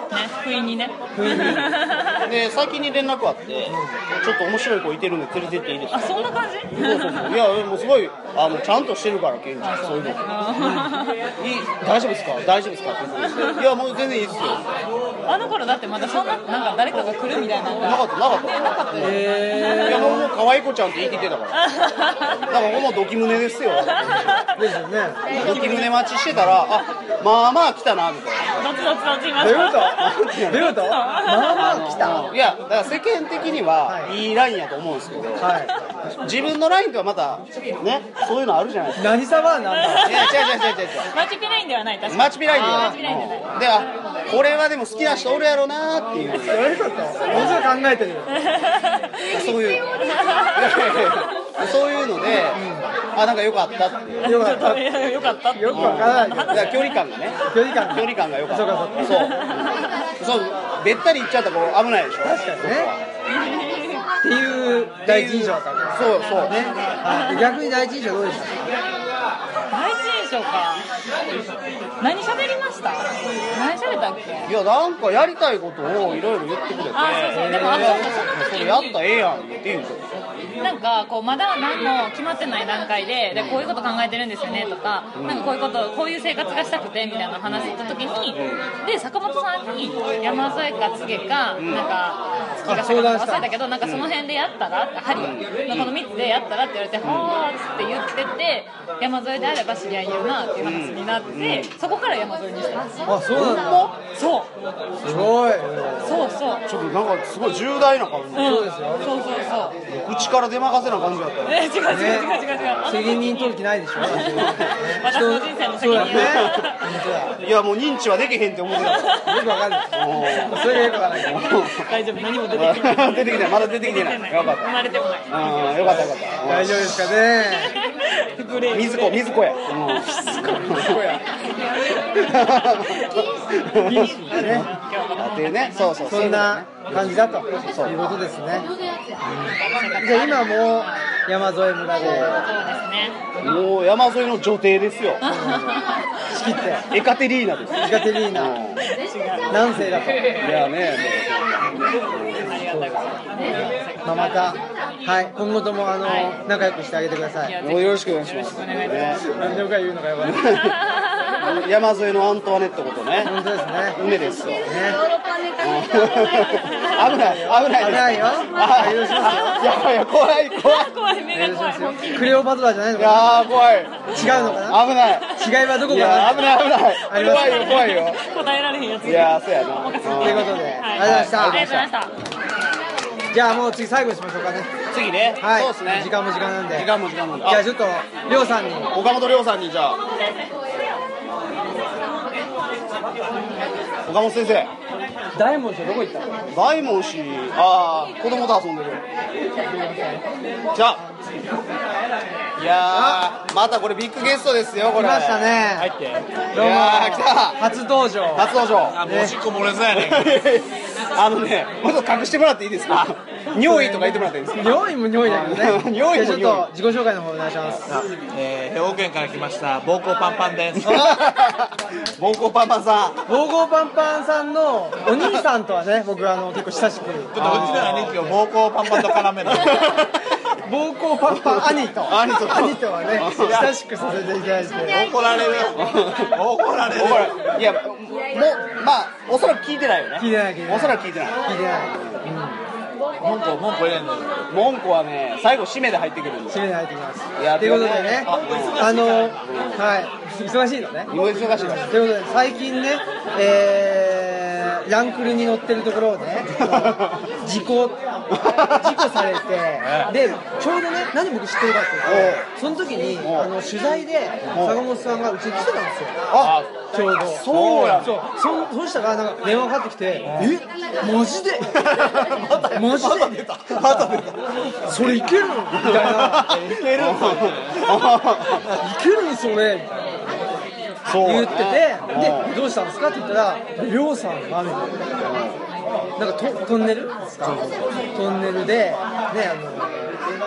H: ね、不意にね。
B: で先に連絡あってちょっと面白い子いてるんで連れてっていいです
H: あ、
B: か
H: そんな感じ。
B: そうそうそういやもうすごいあのちゃんとしてるからケンちゃんそういうのいい大丈夫ですか大丈夫ですかって言っていやもう全然いいですよ
H: あの頃だってまだそんな、なんか誰かが来るみたいなの
B: な
H: が。
B: かったなかった、
H: なかったよ。
B: いやもうもう可愛い子ちゃんって言い切ってたからだからほんまドキムネですよ
A: ですよね
B: ドキムネ待ちしてたらあまあまあ来たなみたいな
H: どっちどっちどっちいま
A: どうい
H: し
A: うこと
H: た。
A: どういうことまあまあ来た
B: いやだから世間的にはいいラインやと思うんですけど、
A: は
B: 自分のラインとはまたねそういうのあるじゃないです
A: い何様なんだ
B: かいや違う違う違う違う違
H: マチピラインではない、確
B: う
H: か
B: マチピラインで
H: マチピラインじゃない
B: はであこれはでも好きな人おるやろなーっていう
A: どういうこともちろん考えてるよ
B: そ ういういやいやいやそういうので、あなんか良かったっていう
A: よかった
H: に。いやよかった。
A: よくわからない
B: だから距離感がね
A: けど距離感
B: 距離感が良かっ
A: そうか
B: たそうそうべったり行っちゃったらこう危ないでしょ
A: 確かにねっていう第一印象だったんです
B: そうそう
A: ねはい逆に第一印象どうでした
H: 第一印象か。何喋りました。何喋ったっけ。
B: いやなんかやりたいことをいろいろ言ってくれて
H: あそうそうでもあそうそうその時
B: それ
H: に
B: やったらええやんって言うんですよ
H: なんかこうまだ何も決まってない段階ででこういうこと考えてるんですよねとかなんかこういうことこういう生活がしたくてみたいな話した時にで坂本さんに山添か柘植かなんか柘植か坂本か忘れたけどなんかその辺でやったら針のこの3つでやったらって言われてはあって言ってて山添であれば知り合い言うなっていう話になってそこから山添にしたんですよ
A: あそうなんだ
H: そう
A: すごい
H: そうそう
B: ちょっとなんかすごい重大な感じ
H: そうですよそうそうそう
B: 口から出まかせな感じだったよ
H: え違う違う違う違う違うあの
A: 責任取る気ないで しょ
H: 私の人生の責
A: そう
H: 任
A: だ
H: を
A: ね
B: いやもう認知はできへんって思って たか
A: よくわかんないそれがよくわかんないけど
H: 大丈夫何も出てきてな
B: ら
H: い
B: 出てきてないまだ出てきてないよかった
H: 生まれてもない
B: あーよかったよかった
A: 大丈夫ですかね
H: グレー
B: 水子水子や水子や
A: ね
B: っていうねそうそう
A: そんな感じだということですね。じゃあ今もう山添村で
B: もう山沿いの女帝ですよ
A: 仕切って
B: エカテリーナです
A: エカテリーナ何世だと。
B: いやね
A: まあまたはい今後ともあの仲良くしてあげてください。
B: もうよろしくお願いします
A: 何でもか言うのがや ばい。
B: 山添のアントワネットことね
A: 本当ですね。
B: 梅ですよ
A: ね。
B: 危ない危ないです
A: 危ないよ
B: あ
A: 許しますよ
B: いやいや怖い怖い
H: 怖い、目が怖い、本気に
A: クレオパトラじゃないの
B: い
A: かな。
B: やー怖い
A: 違うのか
B: 危ない
A: な。違いはどこ
B: い
A: かな
B: や。危ない危ない
A: あります
B: 怖いよ怖いよ
H: 答えられへんやつ。
B: いやーそうやな
A: ということで、ありがとうございまし
H: ありがとうご
A: た。
H: ざいました。
A: じゃあもう次最後にしましょうかね。
B: 次ね
A: はい。
B: そうですね
A: 時間も時間なんで。
B: 時間も時間も
A: じゃあちょっとりょうさんに。
B: 岡本涼さんにじゃあ岡本先生
A: 大門さんどこ行ったの？
B: 大門氏ああ子供と遊んでるじゃあいやーまたこれビッグゲストですよこ
A: 来
B: れ
A: ましたね。
C: って
A: どうも
B: いやー来た
A: 初登場。
B: 初登場
C: あもうおしっこ漏れそうやねん
B: あのねもうちょっと隠してもらっていいですか尿意とか言ってもらっていいですか
A: 匂いも匂いだけどね。
B: 匂いも匂い
A: じゃあちょっと自己紹介の方お願いします。
C: えー兵庫県から来ました暴行パンパンです
B: 暴行パンパンさん
A: 防護パンパンさんのお兄さんとはね、僕あの結構親しく。
C: ちょっとうちの兄貴を暴行パンパンと絡 める
A: 暴行パンパン兄と
B: 兄 と
A: 兄とはね親しくさせていただいて。
C: 怒られる 怒られる
B: 怒られいやもうまあおそらく聞いてないよね
A: 聞いてない聞いてない
B: おそらく聞いてない
A: 聞いてない。
C: 文句文句入れんのよ
B: 文句はね最後締めで入ってくるんだよ
A: 締めないといけます。
B: やっ
A: と
B: て
A: いう
B: る
A: こ
B: ね
A: とでね、あの、はい、忙しいのね。
B: もう忙しいから
A: ということで、最近ね、えーランクルに乗ってるところをね、事故、事故されて、で、ちょうどね、何僕知ってるかっていうと、その時に、あの、取材で、坂本さんがうちに来てたんですよ。
B: あ
A: ちょうど。
B: そうや
A: そう。そそうしたら、なんか電話かかってきて、えマジ でマジで
B: また出た
A: それいけるのみたいな。
B: い
A: い
B: ける
A: けるんそれみたいな
B: そう
A: 言ってて、で、どうしたんですかって言ったら、りょうさんが、みたいな。なんかトトンネルですかトンネルで、ね、あの、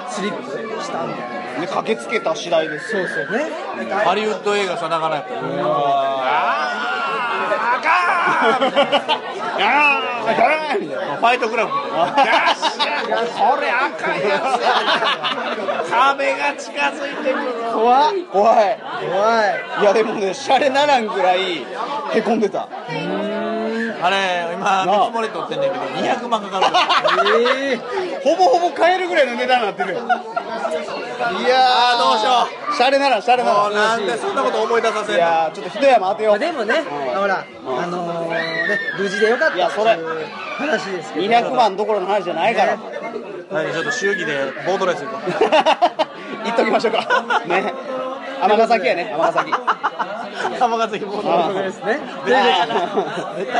A: スリップしたみたいな。
B: ね駆けつけた次第です
A: そうそうね。
C: ハリウッド映画さながらやったよ
B: あーガーンみたいなファイトクラブみたいな
C: これ赤いやつや壁が近づいてくる
A: 怖い。
B: 怖い
A: 怖い。
B: いやでもねシャレならんぐらいへこんでた
C: あれ今見積もり取ってんねんけど200万かかるから
A: ええ
B: ほぼほぼ買えるぐらいの値段になってるよいやーどうしようシャレならんシャレならん
C: なんでそんなこと思い出させ
B: い
C: んの
B: やーちょっと一山当てよ
A: ま
B: う
A: あでもね、ほら、あのーね、無事でよかった
B: いやそれ
A: っていう話ですけど。
B: 200万どころの話じゃないから、
A: ね
C: はいちょっと祝儀でボートレース行こう
B: 言っときましょうかね尼崎やね尼崎
C: 浜がぜひボートレース
A: ということですね。
B: ベタ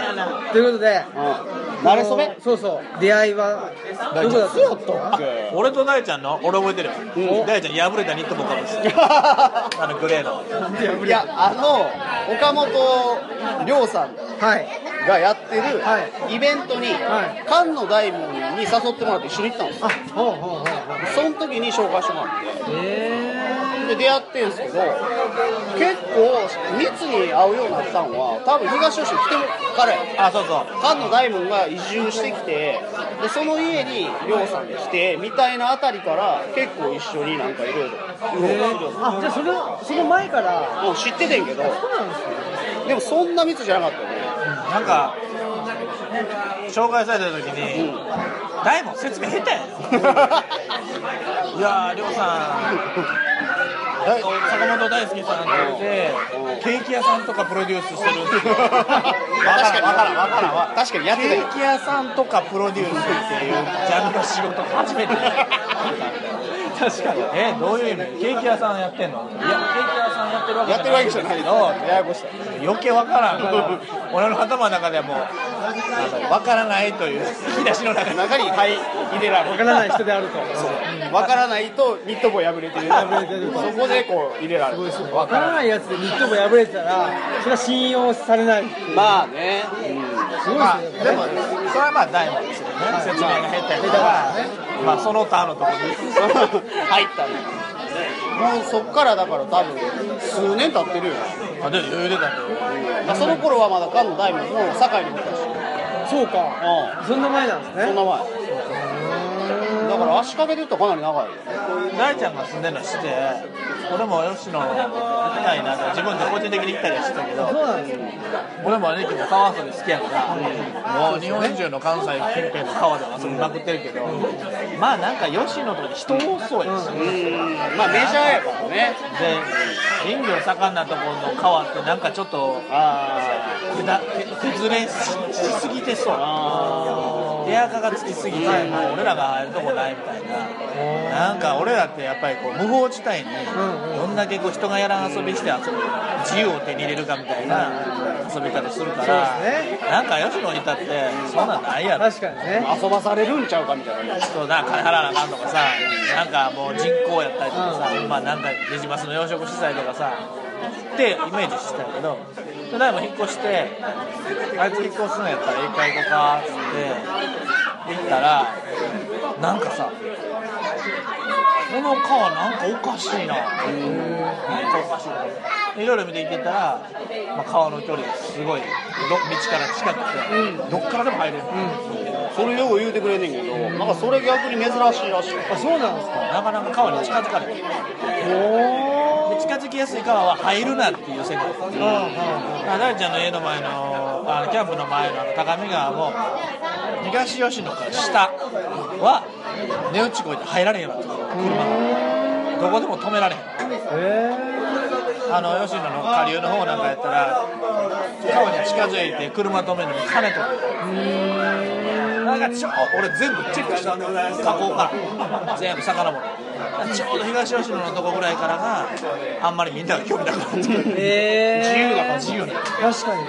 B: やな
A: ということで、
B: 慣れそめ
A: そうそう、出会いは、どこだった
C: 俺と大ちゃんの俺覚えてるよ、大ちゃん破れたニット帽かぶしてあのグレーの
B: いやあの岡本涼さん
A: はい。
B: がやってる
A: は
B: イベントに、
A: はい
B: 菅野大門に誘ってもらって一緒に行ったんですよ
A: あ、ほうほうほうほう。
B: その時に紹介してもらって
A: え
B: で出会ってんすけど結構密に会うようになったのは多分東吉野来てからや
C: あそうそう
B: 菅野大門が移住してきてでその家に涼さんが来てみたいなあたりから結構一緒になんかいろいろうろうろするようになっ
A: あ、じゃあその、その前から、
B: たもう知っててんけどでもそんな密じゃなかったよね
C: なんか紹介された時に、大門説明下手やんいやーりょうさん坂本大輔さんとでケーキ屋さんとかプロデュースしてるんですよ
B: 確かにわからんわからんわ確かにやってた
C: ケ
B: よ
C: ーキ屋さんとかプロデュースっていうジャンルの仕事初めて確かにえどういう意味ケーキ屋さんやってんのいやケーキ屋さんやってるわけ
B: やってるわけじゃないのややこしい
C: 余計わからん俺の頭の中ではもうなんだわからないという引き出しの中に
B: 中に灰入れられ
A: わ
B: る
A: からない人であると。
B: わからないとニット帽破れてる
A: 破れてる
B: そこでこう入れられる
A: わからないやつでニット帽破れてたら、それは信用されない。
B: まあね、
A: すごい
C: まあ、
A: ですね
C: でも、それはまあ、大門ですよね、説明が下手やから、まあ、その他のとこに入ったり、
B: もうそっからだから多分数年経ってるよ
C: あでも余裕でたと
B: まあその頃はまだ菅野大門も堺にいたし
A: そうか、そんな前なんですね
B: そんな前だから足掛けで言うとかなり長いよ
C: 大ちゃんが住んでるの知って、俺も吉野行きたいなと、自分で個人的に行ったりはしてたけど、俺も兄貴も川遊び好きやから、もう日本中の関西近辺の川では遊びまくってるけど、まあなんか吉野とかで人多そうやし、
B: まあメジャーやからね
C: で林業盛んなところの川ってなんかちょっとくだ崩れしすぎてそうエアカがつきすぎてもう俺らが入るとこないみたいななんか俺らってやっぱりこう無法地帯にどんだけこう人がやらん遊びして遊ぶ自由を手に入れるかみたいな遊び方するから
A: そうですね
C: なんか吉野に至ってそんなんないやろ
A: 確かにね
B: 遊ばされるんちゃうかみたいな
C: そうだ金払わなあかんとかさなんかもう人口やったりとかさ、まあなんかニジマスの養殖資材とかさってイメージしてたけどで大も引っ越してあいつ引っ越すのやったら英会行こうかっつって行ったらなんかさこの川なんかおかしいななんかおかしいないろいろ見ていけたら、まあ、川の距離がすごいど道から近くて、どっからでも入れる、
B: それよう言うてくれんねんけどなんかそれ逆に珍しいらしい
A: あそうなんですか
C: なかなか川に近づかないで近づきやすい川は入るなっていう世界あ大ちゃんの家の前のあのキャンプの前のあの高見川も東吉野から下は値打ち越えて入られへんわ車がどこでも止められへんあの吉野の下流の方なんかやったら川に近づいて車止めるのに金取るなんかちょ俺全部チェックした河口から全部魚もちょうど東吉野のとこぐらいからがあんまりみんなが興味なくなってくる
A: え
C: 自由だか
A: ー、
C: ら自由な
A: 確かに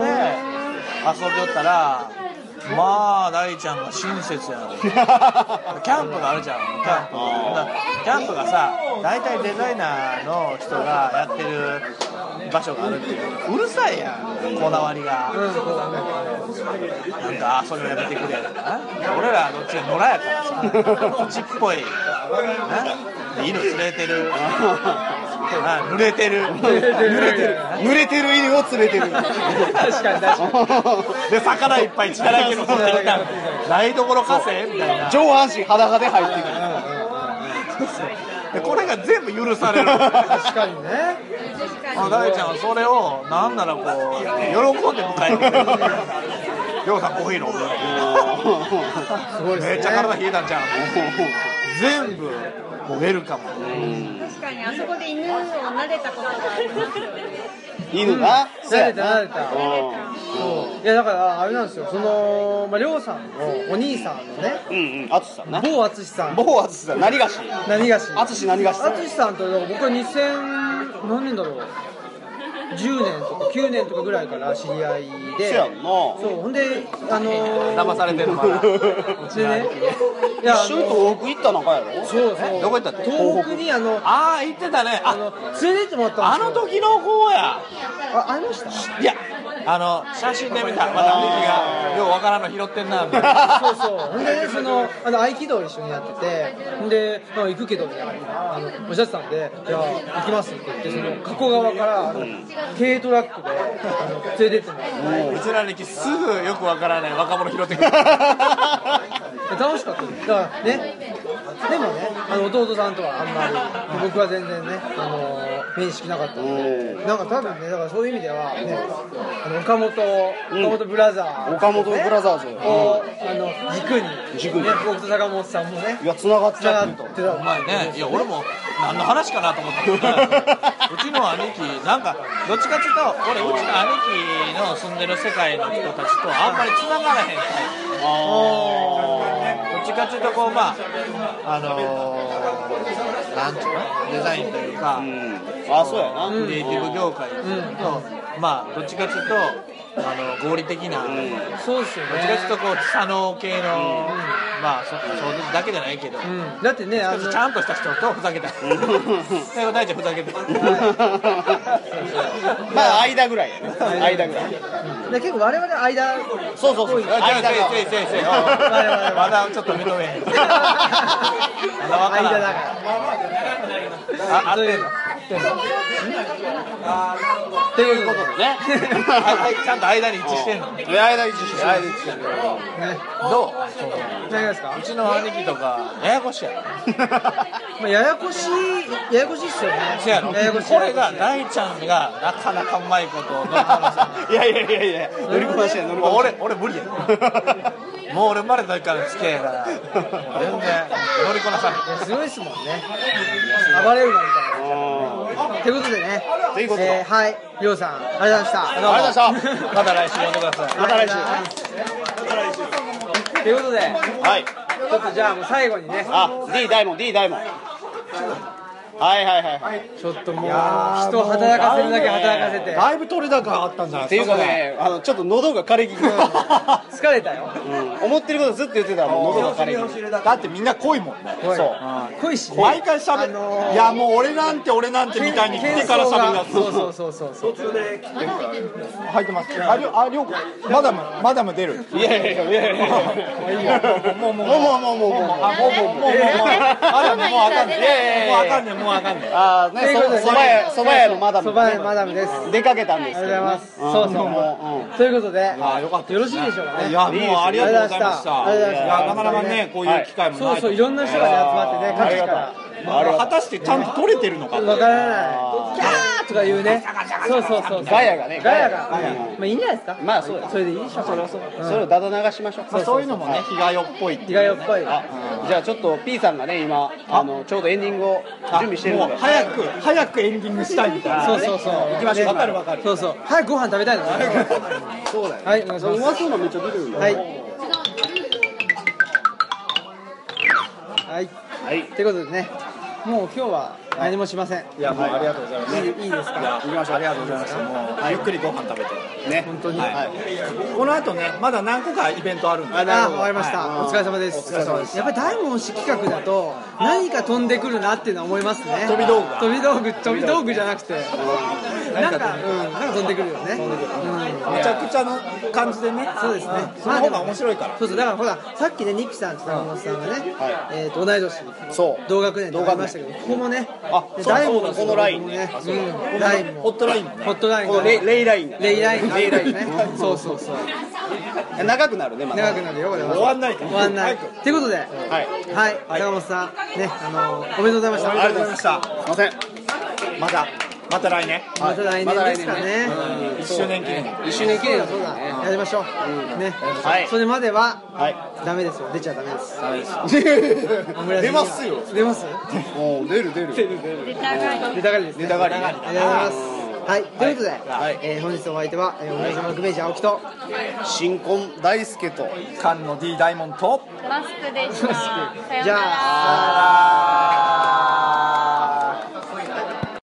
A: ね
C: 遊びよったらまあ大ちゃんが親切や ろキャンプがあるじゃんキャンプだキャンプがさ大体デザイナーの人がやってる場所があるっていううるさいやんこだわりが、なんかあそれをやめてくれとかな俺らどっちが野良やからさこっちっぽいなで犬連れてる あ濡れてる濡れてる
B: 濡れてる犬を連れてる
A: 確かに確かに
C: で魚いっぱい血だらけの持ってきた台所河川みたいな
B: 上半身裸で入ってくる
C: でこれが全部許される
A: 確かにね
C: あ大ちゃんはそれをなんならこう喜んで迎えてくれるようさんコーヒー飲むすごいめっちゃ体冷えたんじゃん全部もうウェルカム
D: 確かにあそこで犬を撫でたことがあります
B: 犬が、そう
A: 慣
B: や
A: れた慣れたいやだからあれなんですよその、まあ、りょうさんのお兄さんのね
B: うんうん淳さんな
A: 某淳さん
B: 某淳さん何がし
A: 何がし
B: 淳何がし
A: 淳さんと僕は2000何年だろう10年とか9年とかぐらいから知り合いで
B: せやんな
A: そうほんであのー、
C: 騙されてるまだ
A: でねいやあ
B: 一緒に
A: の
B: 東北行ったのかやろ
A: そうそう
C: どこ行ったって
A: 東北にあの
C: ああ言ってたね
A: あ
C: あ
A: の連れてってもらった
C: あ
A: んですよ
C: の時の方や
A: あ会いました
C: いやあの写真で見たまた兄貴がようわからんの拾ってんなみたいな
A: そうそうほんでねそのあの合気道を一緒にやっててほんで「まあ、行くけど」みたいなあのおっしゃってたんで「じゃあ行きます」って言ってその加古川から軽トラックであの連れてってもらって
C: うちらの時すぐよくわからない若者拾ってくる
A: 楽しかったですだからねでもねあの弟さんとはあんまり僕は全然ねあの面識なかったのでなんか多分ねだからそういう意味ではねあの岡本岡本ブラザー、
B: 岡本ブラザーズ
A: をあの軸に
B: 軸に
A: ね、僕と坂本さんもね
B: いや繋がっ
A: つ
B: ちゃ
A: な
B: って
A: がっ
B: ると
A: てた
C: お前ねいや俺も何の話かなと思ったけどね うちの兄貴なんかどっちかっていうと俺うちの兄貴の住んでる世界の人たちとあんまり繋がらへんタイプどっちかっていうとこうまああのー、なんていうのデザインというか、
B: うんあそうやな
C: クリエイティブ業界ですけど、まあどっちかというとあの合理的な、
A: そうですよ
C: どっちかっていうとこう佐野系の、まあそそうですだけじゃないけど、
A: だってねあの
C: ちゃんとした人とふざけた人最後大ちゃんふざけて
B: まあ間ぐらいやね間ぐらい
A: で結構我々は間
B: そうそうそう
C: あ違う
B: 間が
C: 違う違う違うまだちょっと認めへんまだわからん
A: 間だから
C: あ合ってんの
B: ということでね
C: あちゃんと間に一致して んの
B: いや間一致して間一致して
C: どう
A: 何がですか
C: うちの兄貴とかややこしいやろ
A: まあややこしいややこしいっすよね
C: せやろ
A: ややこしい
C: これが大ちゃんがなかなかうまいことを乗りこなせ
B: いやいやいやいや乗りこなしてない乗りこなしてない
C: 俺俺無理やもう俺生まれた時から付き合いやからもう全然乗りこなさない
A: すごいっすもんね暴れるなみたいなということでね
B: ということで
A: えーはいりょうさんありがとうございました
B: ありがとうございました
C: また来週呼んでください
B: また来週
A: ということで
B: はい
A: ちょっとじゃあもう最後にね
B: あ D ダイモン D ダイモンはいはいはいはい
A: ちょっともう人を働かせるだけ働かせて
F: だいぶ取れ高あったんじゃない
B: っていうかねあのちょっと喉が枯れ気味だ
A: 疲れたよ
B: うん思ってることずっと言ってたもん喉が枯れ気味
F: だってみんな濃いもんね
B: そう
A: 恋しね
F: 毎回しゃべ
A: あのー
F: いやもう俺なんて俺なんてみたいに来てからしゃべりだす
A: そうそうそうそうそう
F: 入ってますありょありょマダムマダム出る
B: いやいやいやいやいやもうもうもうもうもうもうもう
F: あもうもうもうもうマダムもうあかんね
B: いやいやい
F: もうあ
B: や
F: かんねもうあかんね
B: あーねそば屋そば屋のマダム
A: そば屋のマダムですあり
B: 出かけたんです
A: がとうござい
B: けどね
A: ますそうそう
B: も
A: ということで
F: あよかった
A: よろしいでしょうかね
F: いやもうありがとうございました
A: ありがとうございました
F: いやなかなかねこういう機会も
A: そ
F: な
A: う
F: い
A: そういろんな人がね集まってね各地から
F: あれ果たしてちゃんと取れてるのか
A: わからないキャーとか言うねそうそうそう
B: ガヤがね
A: ガヤが
B: ガヤが
A: まあいいんじゃないですか
B: うまあそうだ
A: それでいいでしょそれはそう
B: それをダダ流しましょう
F: そういうのもね被害っぽいって
A: 意外やっぱり
B: あじゃあちょっと P さんがね今あのちょうどエンディングを準備してる
F: も
B: の
F: う
B: で
F: 早く早くエンディングしたいみたいな
A: そうそうそう
F: 行きましょうわかるわかる
A: そうそう早くご飯食べたいの
B: そうだよ
A: はいお願いし
B: う
A: ま
B: まそうなめっちゃ出てくるん
A: す
B: だ
A: はいはい
B: はい
A: ということでねもう今日は何もしません
F: いやもうありがとうございます
A: いいいいですか
F: 行きましょうありがとうございましたもうゆっくりご飯食べて
B: ね
A: 本当に
F: はいこの後ねまだ何個かイベントあるんで
A: あ、終わりました、
F: はい
A: お疲れ様です。
F: お疲れ様です
A: やっぱり大門式企画だと、何か飛んでくるなっていうのは思いますね。
F: 飛び道具が
A: 飛び道具、飛び道具じゃなくて。なんか、うん、なんか飛んでくるよね。
F: めちゃくちゃの感じでね
A: そうですね。
F: その方が面白いから
A: そうそう、だから、ほら、さっきね、ニピさんと坂本さんがね、えっと、同い年。
B: そう
A: 同学年で会いましたけど、ここもね、
B: あ
A: で
B: そうだそうだ
A: の
B: このライン
A: ね、うんラインも
F: ホットラインもね
A: ホットライン
B: この
A: が
B: レイレイラインが
A: レイラインがあるんです
B: レイ
A: ね
B: ライ。ン
A: そうそうそう。
B: 長くなるねまた
A: 長くなるよ、これは。
F: 終わんないから
A: 終わんない。ということで、
B: はい
A: はい、坂本さん、ね、あの、おめでとうございました。
F: ありがとうございました
B: すいません
F: またまた来年
A: また来年ですかね。
F: 1周年記念で
A: 一周年記念だそうだ。やりましょう。ね。
B: はい
A: それまでは、
B: はい
A: ダメですよ。出ちゃダメです。 オムラジ
B: 出
A: には
B: ますよ。
A: 出ます
B: もう出る出る
D: 出たがり
A: 出たがりですね。
B: 出たがり
A: ありがとうございます。はい、ということで、えー本日のお相手は、えー、オムラジの6名青木と、
B: 新婚大輔と
F: 菅野 D ダイモンドと
D: マスクでした。さようなら
A: じゃあ、